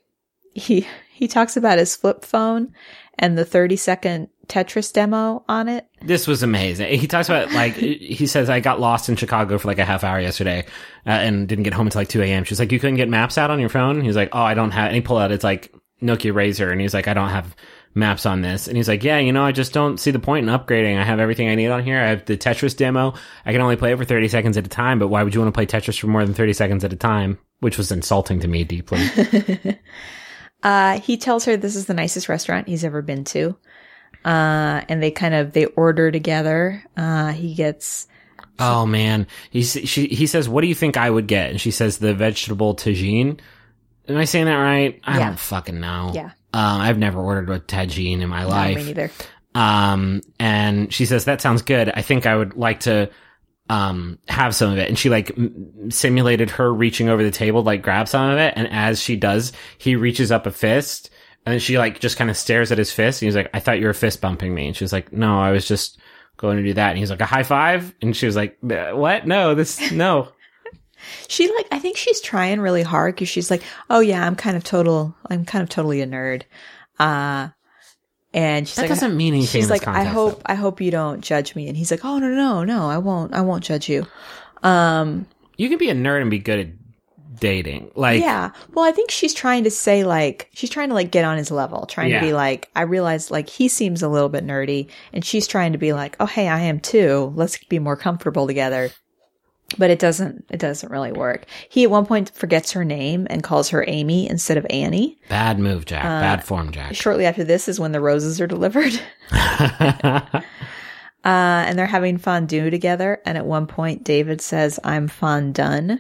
C: he, he talks about his flip phone and the 30 second Tetris demo on it.
D: This was amazing. He talks about like he says I got lost in Chicago for like a half hour yesterday, uh, and didn't get home until like two a.m. She's like, you couldn't get maps out on your phone. He's like, oh, I don't have. And he pulled out his like Nokia Razor, and he's like, I don't have maps on this. And he's like, yeah, you know, I just don't see the point in upgrading. I have everything I need on here. I have the Tetris demo. I can only play it for 30 seconds at a time, but why would you want to play Tetris for more than 30 seconds at a time? Which was insulting to me deeply.
C: Uh, he tells her this is the nicest restaurant he's ever been to. Uh, and they kind of, they order together. Uh, he gets,
D: oh man. He, she, he says, what do you think I would get? And she says the vegetable tagine. Am I saying that right? I
C: Yeah.
D: don't fucking know.
C: Yeah.
D: Um, I've never ordered a tagine in my life.
C: no, me neither.
D: Um, and she says, that sounds good. I think I would like to, um, have some of it. And she like m- simulated her reaching over the table, to, like grab some of it. And as she does, he reaches up a fist and then she like just kind of stares at his fist. And he's like, I thought you were fist bumping me. And she was like, no, I was just going to do that. And he's like, a high five. And she was like, "Uh, what? No, this, no.
C: She like, I think she's trying really hard because she's like, oh yeah, I'm kind of total, I'm kind of totally a nerd. Uh, and she's
D: That
C: like,
D: doesn't mean anything.
C: she's
D: in
C: like,
D: this
C: I
D: context,
C: hope,
D: though.
C: I hope you don't judge me. And he's like, oh no, no, no, I won't, I won't judge you. Um,
D: you can be a nerd and be good at dating. Like,
C: yeah. Well, I think she's trying to say like she's trying to like get on his level, trying
D: Yeah.
C: to be like I realize like he seems a little bit nerdy and she's trying to be like, "Oh, hey, I am too. Let's be more comfortable together." But it doesn't it doesn't really work. He at one point forgets her name and calls her Amy instead of Annie.
D: bad move, Jack. bad form, Jack.
C: Shortly after this is when the roses are delivered. Uh, and they're having fondue together. And at one point, David says, I'm fondun.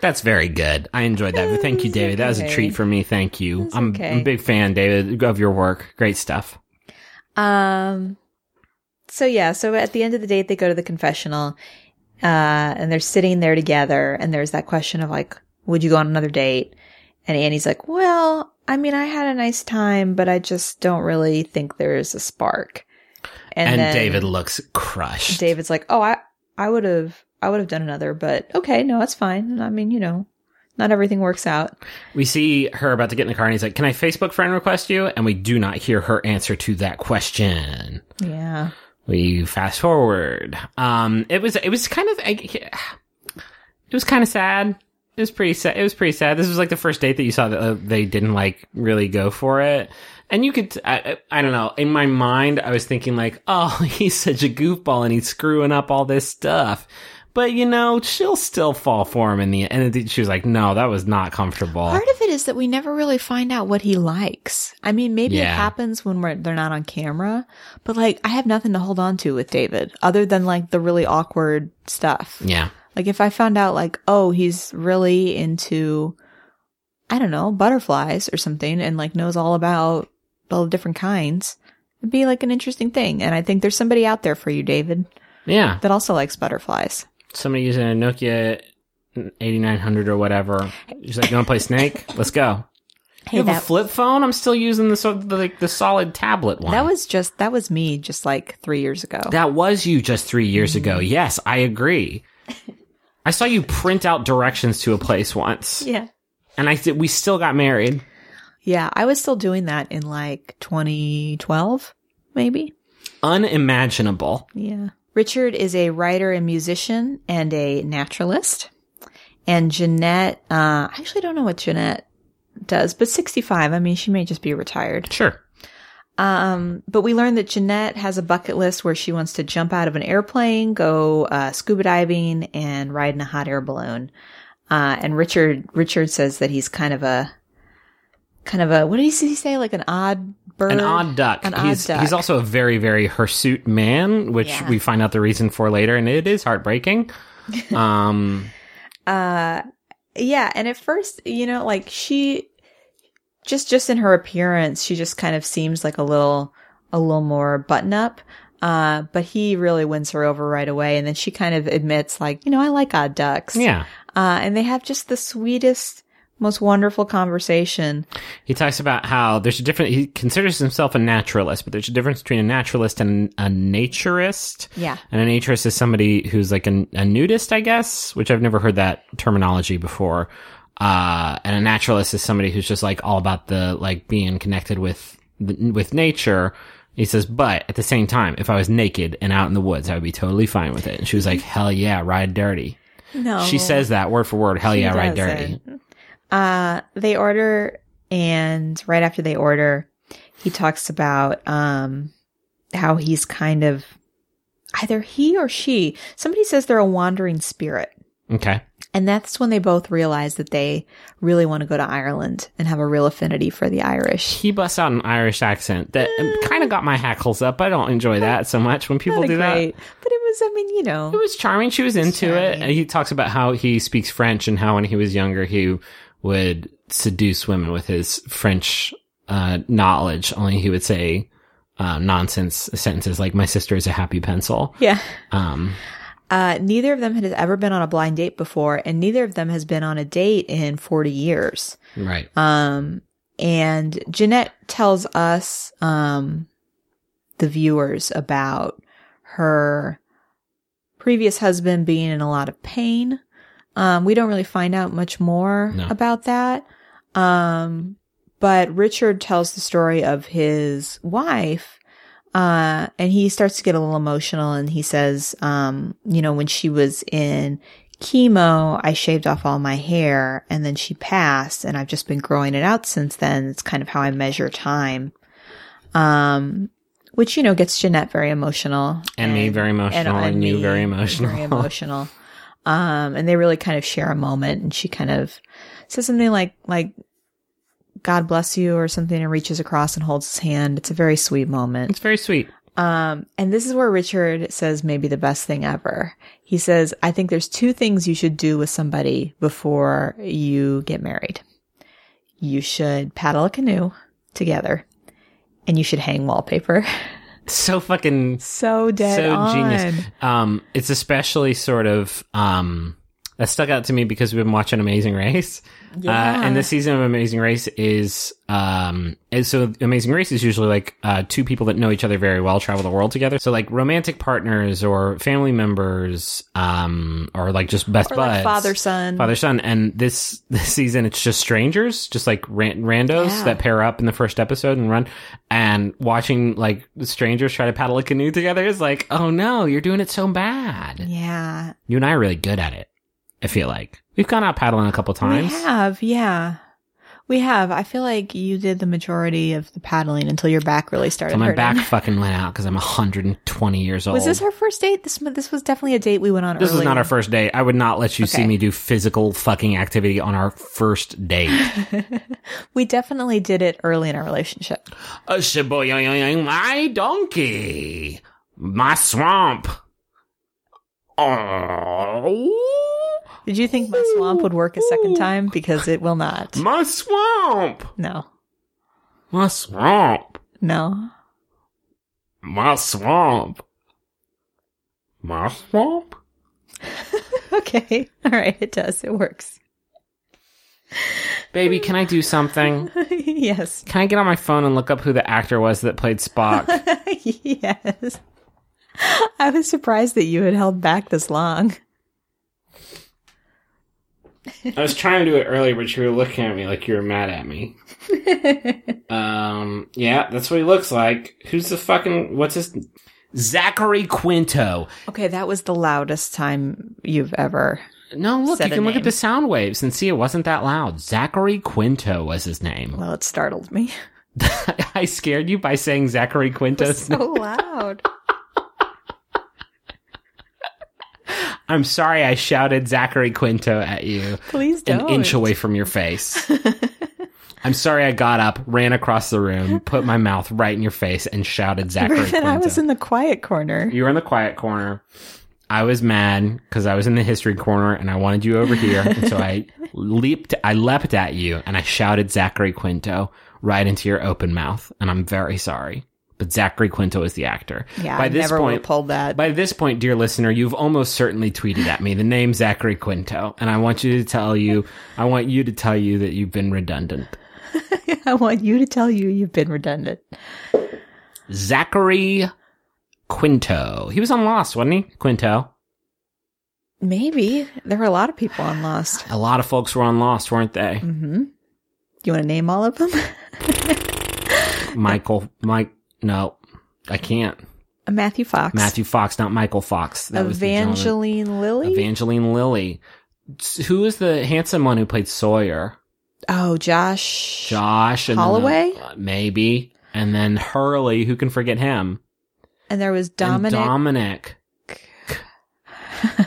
D: That's very good. I enjoyed that. But thank you, David. That was a
C: okay.
D: treat for me. Thank you. I'm, I'm
C: okay.
D: a big fan, David, of your work. Great stuff.
C: Um. So yeah. So at the end of the date, they go to the confessional, uh, and they're sitting there together. And there's that question of like, would you go on another date? And Annie's like, well, I mean, I had a nice time, but I just don't really think there's a spark.
D: And,
C: then
D: David looks crushed.
C: David's like, oh, I, I would have, I would have done another, but okay, no, that's fine. I mean, you know, not everything works out.
D: We see her about to get in the car, and he's like, "Can I Facebook friend request you?" And we do not hear her answer to that question.
C: Yeah.
D: We fast forward. Um, it was it was kind of I, it was kind of sad. It was pretty sad. It was pretty sad. This was like the first date that you saw that uh, they didn't like really go for it. And you could, I, I I don't know. In my mind, I was thinking like, oh, he's such a goofball and he's screwing up all this stuff. But you know, she'll still fall for him in the end. And she was like, no, that was not comfortable.
C: Part of it is that we never really find out what he likes. I mean, maybe it
D: Yeah.
C: happens when we're, they're not on camera, but like I have nothing to hold on to with David other than like the really awkward stuff.
D: Yeah.
C: Like if I found out like, oh, he's really into, I don't know, butterflies or something and like knows all about all the different kinds, it'd be like an interesting thing. And I think there's somebody out there for you, David,
D: Yeah.
C: that also likes butterflies.
D: somebody using a Nokia 8900 or whatever. She's like, "You want to play Snake? Let's go." you have a
C: that-
D: flip phone? I'm still using the, so- the like the solid tablet one.
C: That was just, that was me just like three years ago.
D: that was you just three years ago. Yes, I agree. I saw you print out directions to a place once,
C: yeah.
D: and I th- we still got married.
C: Yeah, I was still doing that in like 2012, maybe.
D: Unimaginable.
C: Yeah. Richard is a writer and musician and a naturalist. And Jeanette, uh, I actually don't know what Jeanette does, but 65. I mean, she may just be retired.
D: Sure.
C: Um, but we learned that Jeanette has a bucket list where she wants to jump out of an airplane, go uh, scuba diving, and ride in a hot air balloon. Uh, and Richard Richard says that he's kind of a kind of a what did he say? he say? Like an odd bird,
D: An odd duck.
C: An
D: he's,
C: odd duck.
D: he's also a very, very hirsute man, which
C: Yeah.
D: we find out the reason for later, and it is heartbreaking. Um,
C: uh yeah and at first you know like she just just in her appearance she just kind of seems like a little a little more button up uh but he really wins her over right away and then she kind of admits like you know i like odd ducks
D: yeah.
C: uh and they have just the sweetest most wonderful conversation
D: He talks about how there's a different. He considers himself a naturalist, but there's a difference between a naturalist and a naturist.
C: Yeah.
D: and a naturist is somebody who's like an, a nudist, I guess, which I've never heard that terminology before. Uh, and a naturalist is somebody who's just like all about the like being connected with the, with nature. He says, but at the same time, if I was naked and out in the woods, I would be totally fine with it. And she was like, hell yeah, ride dirty.
C: no
D: She says that word for word, hell yeah, ride
C: Oh. does
D: dirty.
C: it. Uh, they order, and right after they order, he talks about um, how he's kind of either he or she. Somebody says they're a wandering spirit.
D: Okay.
C: And that's when they both realize that they really want to go to Ireland and have a real affinity for the Irish.
D: He busts out an Irish accent that
C: Eh.
D: kind of got my hackles up. I don't enjoy that so much when people
C: Not a
D: do that.
C: great- But it was, I mean, you know,
D: It was charming. She was into it.
C: Charming.
D: And He talks about how he speaks French and how when he was younger, he would seduce women with his French uh, knowledge. Only he would say uh, nonsense sentences like, my sister is a happy pencil.
C: yeah.
D: Um,
C: Uh, neither of them had ever been on a blind date before, and neither of them has been on a date in 40 years.
D: right.
C: Um, and Jeanette tells us, um, the viewers about her previous husband being in a lot of pain. Um, we don't really find out much more
D: No.
C: about that. Um, but Richard tells the story of his wife. Uh, and he starts to get a little emotional and he says, um, you know, when she was in chemo, I shaved off all my hair and then she passed and I've just been growing it out since then. It's kind of how I measure time. Um, which, you know, gets Jeanette very emotional.
D: And me very emotional and you
C: me
D: very emotional.
C: Very emotional. Um, and they really kind of share a moment and she kind of says something like, like, God bless you or something and reaches across and holds his hand. It's a very sweet moment.
D: It's very sweet.
C: Um, and this is where Richard says maybe the best thing ever. He says, I think there's two things you should do with somebody before you get married. You should paddle a canoe together and you should hang wallpaper.
D: So fucking
C: so dead
D: so
C: on.
D: genius. Um, it's especially sort of um, that stuck out to me because we've been watching Amazing Race, uh,
C: Yeah.
D: and the season of Amazing Race is um, and so Amazing Race is usually like uh, two people that know each other very well travel the world together. So like romantic partners or family members, um, or like just best
C: Or
D: buds,
C: like father son.
D: father son. And this this season, it's just strangers, just like ran- randos
C: Yeah.
D: that pair up in the first episode and run. And watching like the strangers try to paddle a canoe together is like, oh no, you're doing it so bad.
C: yeah.
D: You and I are really good at it. I feel like we've gone out paddling a couple times.
C: We have, yeah. We have. I feel like you did the majority of the paddling until your back really started
D: So my
C: hurting.
D: back fucking went out because I'm 120 years old.
C: was this our first date? This this was definitely a date we went on.
D: This was
C: early.
D: not our first date. I would not let you see
C: Okay.
D: me do physical fucking activity on our first date.
C: we definitely did it early in our relationship.
D: Uh, Shiboyoyoyoy, my donkey, my swamp. Oh,
C: Did you think my swamp would work a second time? Because it will not.
D: my swamp,
C: No,
D: my swamp,
C: no.
D: my swamp, my swamp.
C: Okay, all right. It does. It works.
D: Baby, can I do something?
C: yes,
D: Can I get on my phone and look up who the actor was that played Spock?
C: yes. I was surprised that you had held back this long.
D: I was trying to do it earlier, but you were looking at me like you were mad at me. um, yeah, that's what he looks like. Who's the fucking what's his Zachary Quinto?
C: Okay, that was the loudest time you've ever.
D: No, look,
C: Said
D: you
C: a
D: can look
C: name.
D: at the sound waves and see it wasn't that loud. Zachary Quinto was his name.
C: Well, it startled me.
D: I scared you by saying Zachary Quinto's name.
C: so loud.
D: I'm sorry I shouted Zachary Quinto at you
C: Please
D: an
C: don't.
D: inch away from your face. I'm sorry I got up, ran across the room, put my mouth right in your face, and shouted Zachary
C: Griffin,
D: Quinto.
C: I was in the quiet corner.
D: you were in the quiet corner. I was mad because I was in the history corner and I wanted you over here. And so I leaped, I leapt at you and I shouted Zachary Quinto right into your open mouth. And I'm very sorry. But Zachary Quinto is the actor.
C: Yeah,
D: by
C: I
D: this
C: never would
D: point,
C: have pulled that.
D: by this point, dear listener, you've almost certainly tweeted at me the name Zachary Quinto. And I want you to tell you, I want you to tell you that you've been redundant.
C: I want you to tell you you've been redundant.
D: Zachary Quinto. He was on Lost, wasn't he? Quinto.
C: Maybe there were a lot of people on Lost.
D: A lot of folks were on Lost, weren't they?
C: Mm-hmm. You want to name all of them?
D: Michael, Mike, no, I can't.
C: A Matthew Fox,
D: Matthew Fox, not Michael Fox. That was the gentleman.
C: Evangeline Lilly.
D: Evangeline Lilly. S- Who was the handsome one who played Sawyer?
C: oh, Josh.
D: Josh and
C: Holloway?
D: uh, maybe. and then Hurley, who can forget him?
C: And there was
D: And
C: Dominic.
D: Dominic.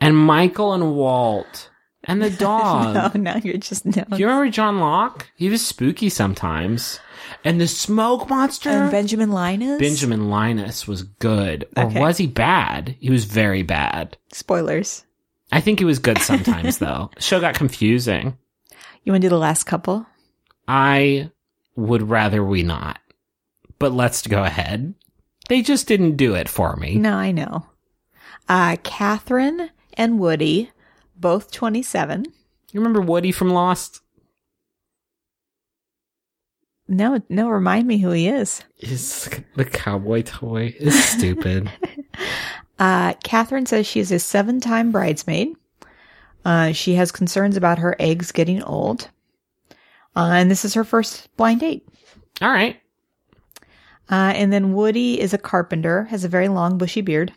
D: and Michael and Walt. And the dog.
C: no, now you're just no.
D: Do you remember John Locke? He was spooky sometimes. And the smoke monster?
C: and Benjamin Linus.
D: Benjamin Linus was good. Or
C: Okay.
D: was he bad? He was very bad.
C: Spoilers.
D: I think he was good sometimes, though. The show got confusing.
C: You want to do the last couple?
D: I would rather we not. But let's go ahead. They just didn't do it for me.
C: No, I know. Uh, Catherine and Woody, both 27.
D: You remember Woody from Lost?
C: No, no, remind me who he is.
D: Is the cowboy toy is stupid.
C: Uh, Catherine says she is a seven time bridesmaid. Uh, she has concerns about her eggs getting old. Uh, and this is her first blind date.
D: All right.
C: Uh, and then Woody is a carpenter, has a very long, bushy beard.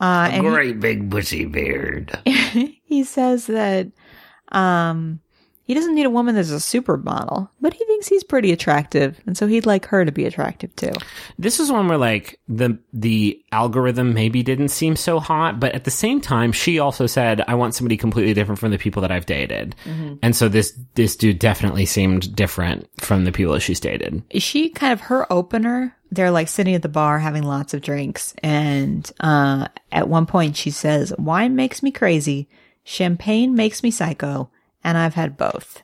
D: Oh,
C: Uh, and he-
D: big bushy beard.
C: he says that um he doesn't need a woman that's a supermodel, but he thinks he's pretty attractive, and so he'd like her to be attractive too.
D: This is one where like the the algorithm maybe didn't seem so hot, but at the same time, she also said, "I want somebody completely different from the people that I've dated,"
C: Mm-hmm.
D: and so this this dude definitely seemed different from the people that she's dated.
C: She kind of her opener, they're like sitting at the bar having lots of drinks, and uh at one point she says, Wine makes me crazy, champagne makes me psycho, and I've had both.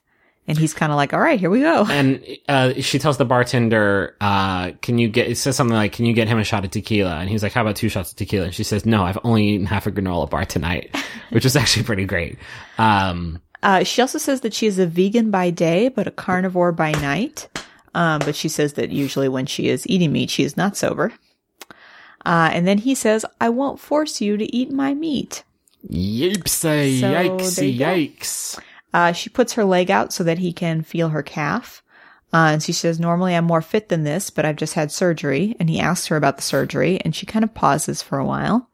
C: And he's kinda like, All right, here we go.
D: And uh, she tells the bartender, uh, "Can you get?" It says something like, "Can you get him a shot of tequila?" And he's like, "How about two shots of tequila?" And she says, "No, I've only eaten half a granola bar tonight," which is actually pretty great. Um,
C: Uh, she also says that she is a vegan by day, but a carnivore by night. Um, but she says that usually when she is eating meat, she is not sober. Uh, and then he says, I won't force you to eat my meat.
D: yipes!
C: So, there
D: yikes!
C: you go.
D: Yikes!
C: Uh, she puts her leg out so that he can feel her calf. Uh, and she says, normally I'm more fit than this, but I've just had surgery. And he asks her about the surgery and she kind of pauses for a while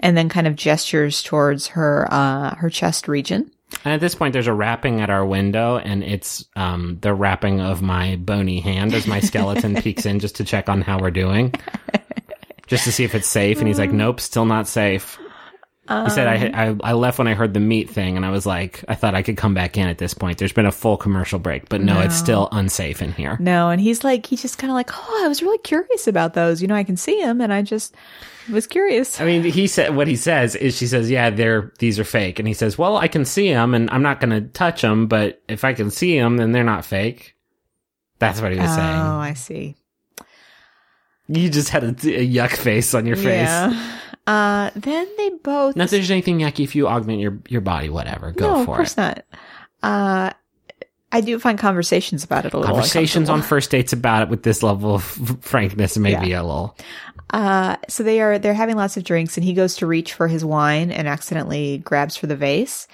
C: and then kind of gestures towards her, uh, her chest region.
D: And at this point, there's a rapping at our window, and it's um, the rapping of my bony hand as my skeleton peeks in just to check on how we're doing, just to see if it's safe. And he's like, "Nope, still not safe." he said, I,
C: Um.
D: "I I left when I heard the meat thing, and I was like, I thought I could come back in at this point. There's been a full commercial break, but no, it's still unsafe in here."
C: No, and he's like, he's just kind of like, oh, I was really curious about those. You know, I can see him, and I just was curious.
D: I mean, he said what he says is she says, "Yeah, they're these are fake," and he says, "Well, I can see them, and I'm not going to touch them, but if I can see them, then they're not fake." That's what he was
C: oh,
D: saying.
C: I see.
D: You just had a, a yuck face on your face.
C: Yeah. Uh, then they both.
D: Not that there's anything yucky if you augment your, your body, whatever. Go
C: no, of
D: for
C: course
D: it.
C: not. Uh, I do find conversations about it a little.
D: Conversations on
C: uncomfortable.
D: first dates about it with this level of frankness may be a little.
C: Uh, so they are they're having lots of drinks, and he goes to reach for his wine and accidentally grabs for the vase.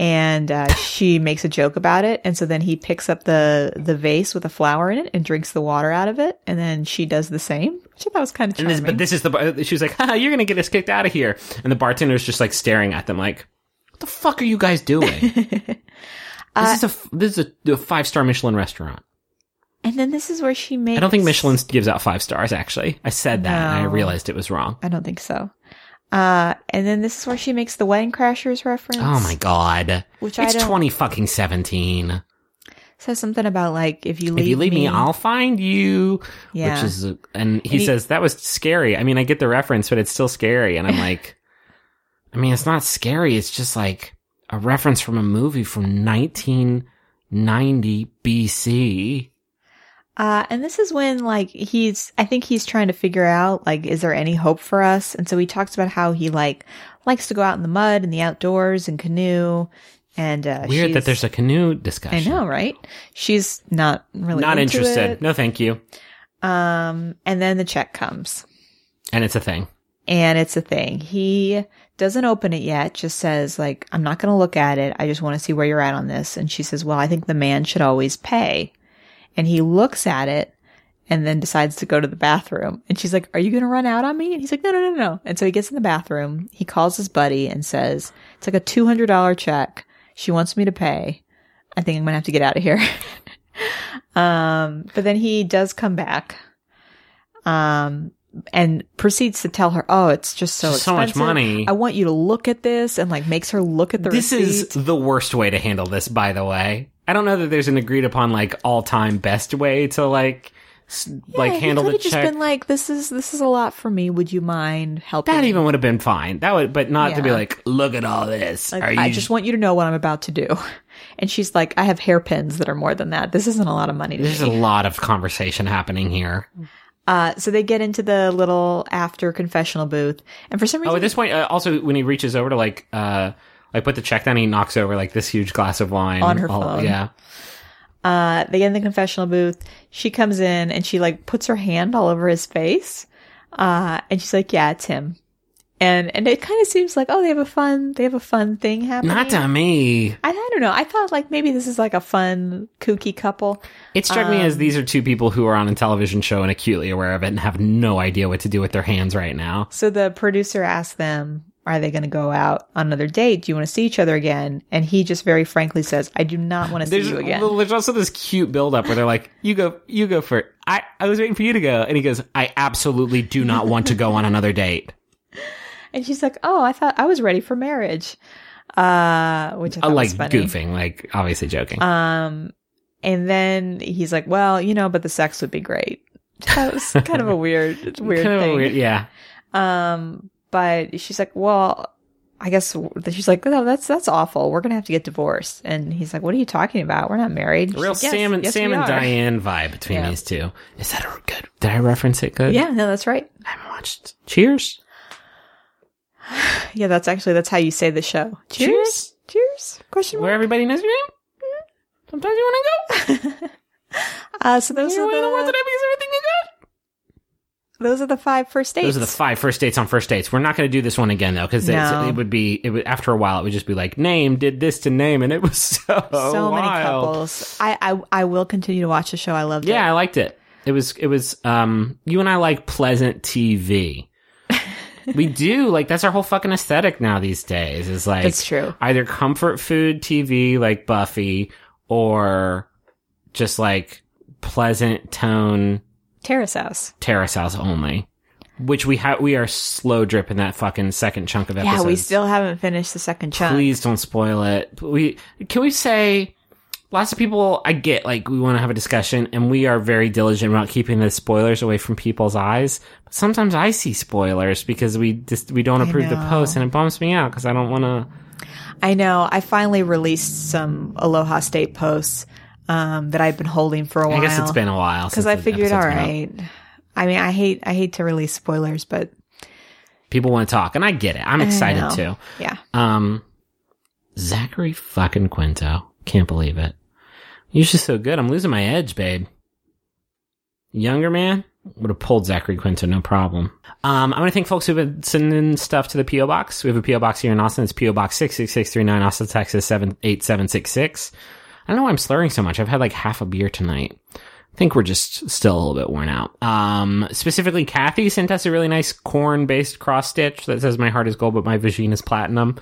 C: And uh, she makes a joke about it, and so then he picks up the the vase with a flower in it and drinks the water out of it, and then she does the same, which I thought was kind of
D: And
C: charming.
D: this, but this is the bar- she was like, Haha, "You're gonna get us kicked out of here," and the bartender's just like staring at them, like, "What the fuck are you guys doing?" this
C: Uh,
D: is a f- this is a, a five star Michelin restaurant.
C: And then this is where she makes.
D: I don't think Michelin gives out five stars. Actually, I said that and I
C: No.
D: realized it was wrong.
C: I don't think so. Uh, and then this is where she makes the Wedding Crashers reference.
D: Oh my god!
C: Which I
D: it's
C: don't-
D: twenty fucking seventeen.
C: Says something about like if you leave,
D: if you leave me, I'll find you.
C: Yeah.
D: Which is, a- and he,
C: And he-
D: says that was scary. I mean, I get the reference, but it's still scary. And I'm like, I mean, it's not scary. It's just like a reference from a movie from 1990 BC.
C: Uh, and this is when like he's, I think he's trying to figure out like, is there any hope for us? And so he talks about how he like likes to go out in the mud and the outdoors and canoe. And uh,
D: Weird
C: she's-
D: that there's a canoe
C: I
D: discussion.
C: know, right? She's not really
D: Not
C: into
D: interested.
C: it.
D: No, thank you.
C: Um, and then the check comes.
D: And it's a thing.
C: and it's a thing. He doesn't open it yet, just says like, I'm not going to look at it. I just want to see where you're at on this. And she says, well, I think the man should always pay. And he looks at it and then decides to go to the bathroom. And she's like, are you going to run out on me? And he's like, no, no, no, no. And so he gets in the bathroom. He calls his buddy and says, it's like a $200 check. She wants me to pay. I think I'm going to have to get out of here. Um, but then he does come back. Um, and proceeds to tell her, "Oh, it's just so
D: So much
C: expensive.
D: money."
C: I want you to look at this," and like makes her look at the
D: this
C: receipt.
D: is the worst way to handle this, by the way. I don't know that there's an agreed upon like all time best way to like s like
C: Yeah, he
D: handle the
C: could've just
D: check.
C: been like, "This is this is a lot for me. Would you mind helping?"
D: that
C: me?"
D: even would have been fine. That would, but not to be
C: Yeah.
D: like, look at all this.
C: Like,
D: Are you
C: I just want you to know what I'm about to do. And she's like, I have hairpins that are more than that. This isn't a lot of money to
D: There's a
C: me.
D: lot of conversation happening here.
C: Uh, so they get into the little after confessional booth. And for some
D: Oh,
C: reason,
D: at this point, uh, also when he reaches over to like, uh, like put the check down, he knocks over like this huge glass of wine
C: On her
D: Oh,
C: phone.
D: Yeah,
C: uh, they get in the confessional booth. She comes in and she like puts her hand all over his face. Uh, and she's like, yeah, it's him. And, and it kind of seems like, oh, they have a fun, they have a fun thing happening.
D: not to me.
C: I, I don't know. I thought like maybe this is like a fun, kooky couple.
D: It struck me
C: Um,
D: as these are two people who are on a television show and acutely aware of it and have no idea what to do with their hands right now.
C: So the producer asked them, Are they going to go out on another date? Do you want to see each other again? And he just very frankly says, I do not want to see
D: There's,
C: you again.
D: well, there's also this cute build up where they're like, "You go, you go for it." I I was waiting for you to go, and he goes, "I absolutely do not want to go on another date."
C: And she's like, Oh, I thought I was ready for marriage. Uh, which I
D: Uh,
C: thought
D: like
C: was funny.
D: goofing, like obviously joking.
C: Um, and then he's like, Well, you know, but the sex would be great. That was kind of a weird, weird
D: Kinda
C: thing.
D: weird- yeah.
C: Um, but she's like, well, I guess she's like, no, that's that's awful. We're gonna have to get divorced. And he's like, what are you talking about? We're not married. She's
D: Real
C: like, "Yes,
D: Sam and
C: yes,
D: Sam
C: we
D: and
C: are."
D: Diane vibe between
C: Yeah.
D: these two. Is that a good? Did I reference it good?
C: Yeah, no, that's right.
D: I haven't watched. Cheers.
C: Yeah, that's actually that's how you say the show. Cheers. Cheers. Question
D: Where
C: mark.
D: everybody knows your name.
C: Mm-hmm.
D: Sometimes you want to go.
C: Uh, so those
D: You
C: are
D: want to know what the
C: the
D: name is everything you got.
C: those are the five first dates.
D: Those are the five first dates on first dates. We're not going to do this one again though, because
C: No.
D: it would be it would after a while it would just be like name did this to name, and it was so
C: so many
D: Oh, wild.
C: couples. I, I I will continue to watch the show. I loved
D: Yeah,
C: it.
D: I liked it. It was it was um you and I like pleasant TV. we do like that's our whole fucking aesthetic now these days. Is like
C: That's true.
D: Either comfort food TV like Buffy or just like pleasant tone
C: Terrace House.
D: Terrace House only, which we have we are slow dripping that fucking second chunk of episodes.
C: Yeah, we still haven't finished the second chunk.
D: Please don't spoil it. We can we say lots of people I get like we want to have a discussion and we are very diligent about keeping the spoilers away from people's eyes. But sometimes I see spoilers because we just we don't approve the
C: know.
D: post and it bumps me out because I don't want to.
C: I know. I finally released some Aloha State posts um, that I've been holding for a while.
D: I guess it's been a while
C: because
D: since
C: I
D: the
C: figured, all
D: episode's been up.
C: right. I mean, I hate I hate to release spoilers, but
D: people want to talk and I get it. I'm excited
C: know.
D: too.
C: yeah,
D: Um, Zachary fucking Quinto. Can't believe it. You're just so good. I'm losing my edge, babe. Younger man would have pulled Zachary Quinto, no problem. Um, I want to thank folks who've been sending stuff to the P.O. Box. We have a P.O. Box here in Austin. It's P.O. Box 66639, Austin, Texas 78766. I don't know why I'm slurring so much. I've had like half a beer tonight. I think we're just still a little bit worn out. Um, specifically, Kathy sent us a really nice corn based cross stitch that says, My heart is gold, but my vagina is platinum.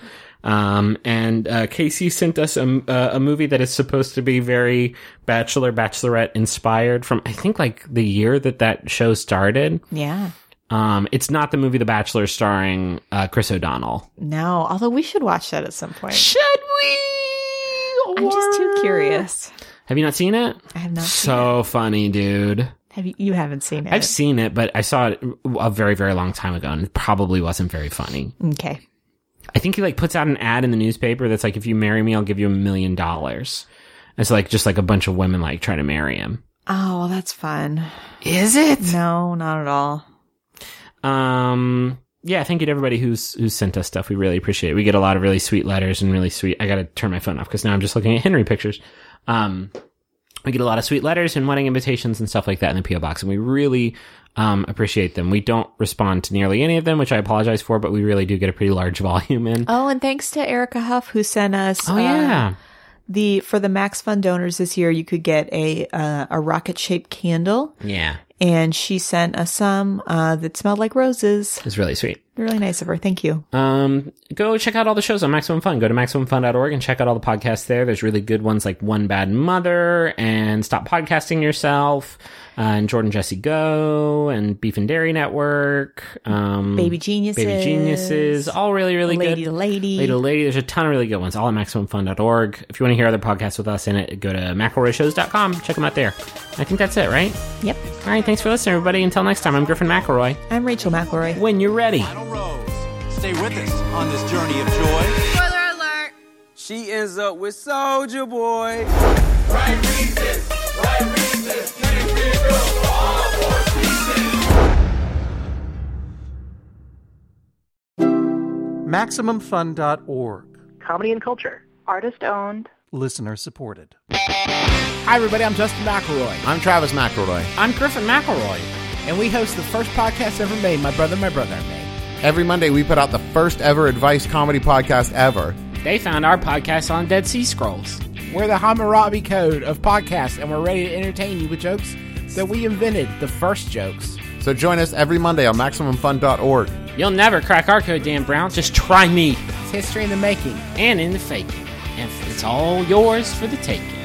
D: Um, and uh, Casey sent us a, uh, a movie that is supposed to be very Bachelor, Bachelorette inspired from, I think, like the year that that show started.
C: yeah.
D: Um, it's not the movie The Bachelor starring uh, Chris O'Donnell.
C: No, although we should watch that at some point.
D: Should we?
C: I'm just too
D: Or-
C: curious.
D: Have you not seen it?
C: I have not. seen it.
D: So funny, dude.
C: Have you? You haven't seen it?
D: I've seen it, but I saw it a very, very long time ago, and it probably wasn't very funny.
C: okay.
D: I think he like puts out an ad in the newspaper that's like, "If you marry me, I'll give you a million dollars." It's like just like a bunch of women like trying to marry him.
C: Oh, well, that's fun.
D: Is it?
C: No, not at all.
D: Um. Yeah, thank you to everybody who's who's sent us stuff. We really appreciate it. We get a lot of really sweet letters and really sweet. I gotta turn my phone off because now I'm just looking at Henry pictures. Um, we get a lot of sweet letters and wedding invitations and stuff like that in the PO box, and we really um, appreciate them. We don't respond to nearly any of them, which I apologize for, but we really do get a pretty large volume in.
C: Oh, and thanks to Erica Huff who sent us.
D: Oh
C: uh,
D: yeah,
C: the for the Max Fund donors this year, you could get a uh, a rocket shaped candle,
D: yeah,
C: and she sent us some uh, that smelled like roses.
D: it's really sweet.
C: Really nice of her. Thank you.
D: Um, go check out all the shows on Maximum Fun. Go to MaximumFun.org and check out all the podcasts there. There's really good ones like One Bad Mother and Stop Podcasting Yourself uh, and Jordan Jesse Go and Beef and Dairy Network. Um,
C: Baby Geniuses.
D: Baby Geniuses. All really, really
C: Lady
D: good.
C: to Lady.
D: Lady to Lady. There's a ton of really good ones. All at MaximumFun.org. If you want to hear other podcasts with us in it, go to McElroyShows.com. Check them out there. I think that's it, right?
C: Yep.
D: All right. Thanks for listening, everybody. Until next time, I'm Griffin McElroy.
C: I'm Rachel McElroy.
D: When you're ready.
H: Final Rose. Stay with us on this journey of joy.
G: Spoiler alert!
A: She ends up with Soldier Boy.
I: MaximumFun.org.
J: comedy and culture. Artist owned.
I: Listener supported.
K: Hi, everybody. I'm Justin McElroy,
L: I'm Travis McElroy.
D: I'm Griffin McElroy.
K: and we host the first podcast ever made, My Brother, My Brother, I Made.
L: Every Monday, we put out the first ever advice comedy podcast ever.
D: They found our podcast on Dead Sea Scrolls.
K: We're the Hammurabi Code of podcasts, and we're ready to entertain you with jokes that we invented, the first jokes.
L: So join us every Monday on MaximumFun.org.
D: You'll never crack our code, Dan Brown. Just try me.
K: It's history in the making.
D: And in the faking. And it's all yours for the taking.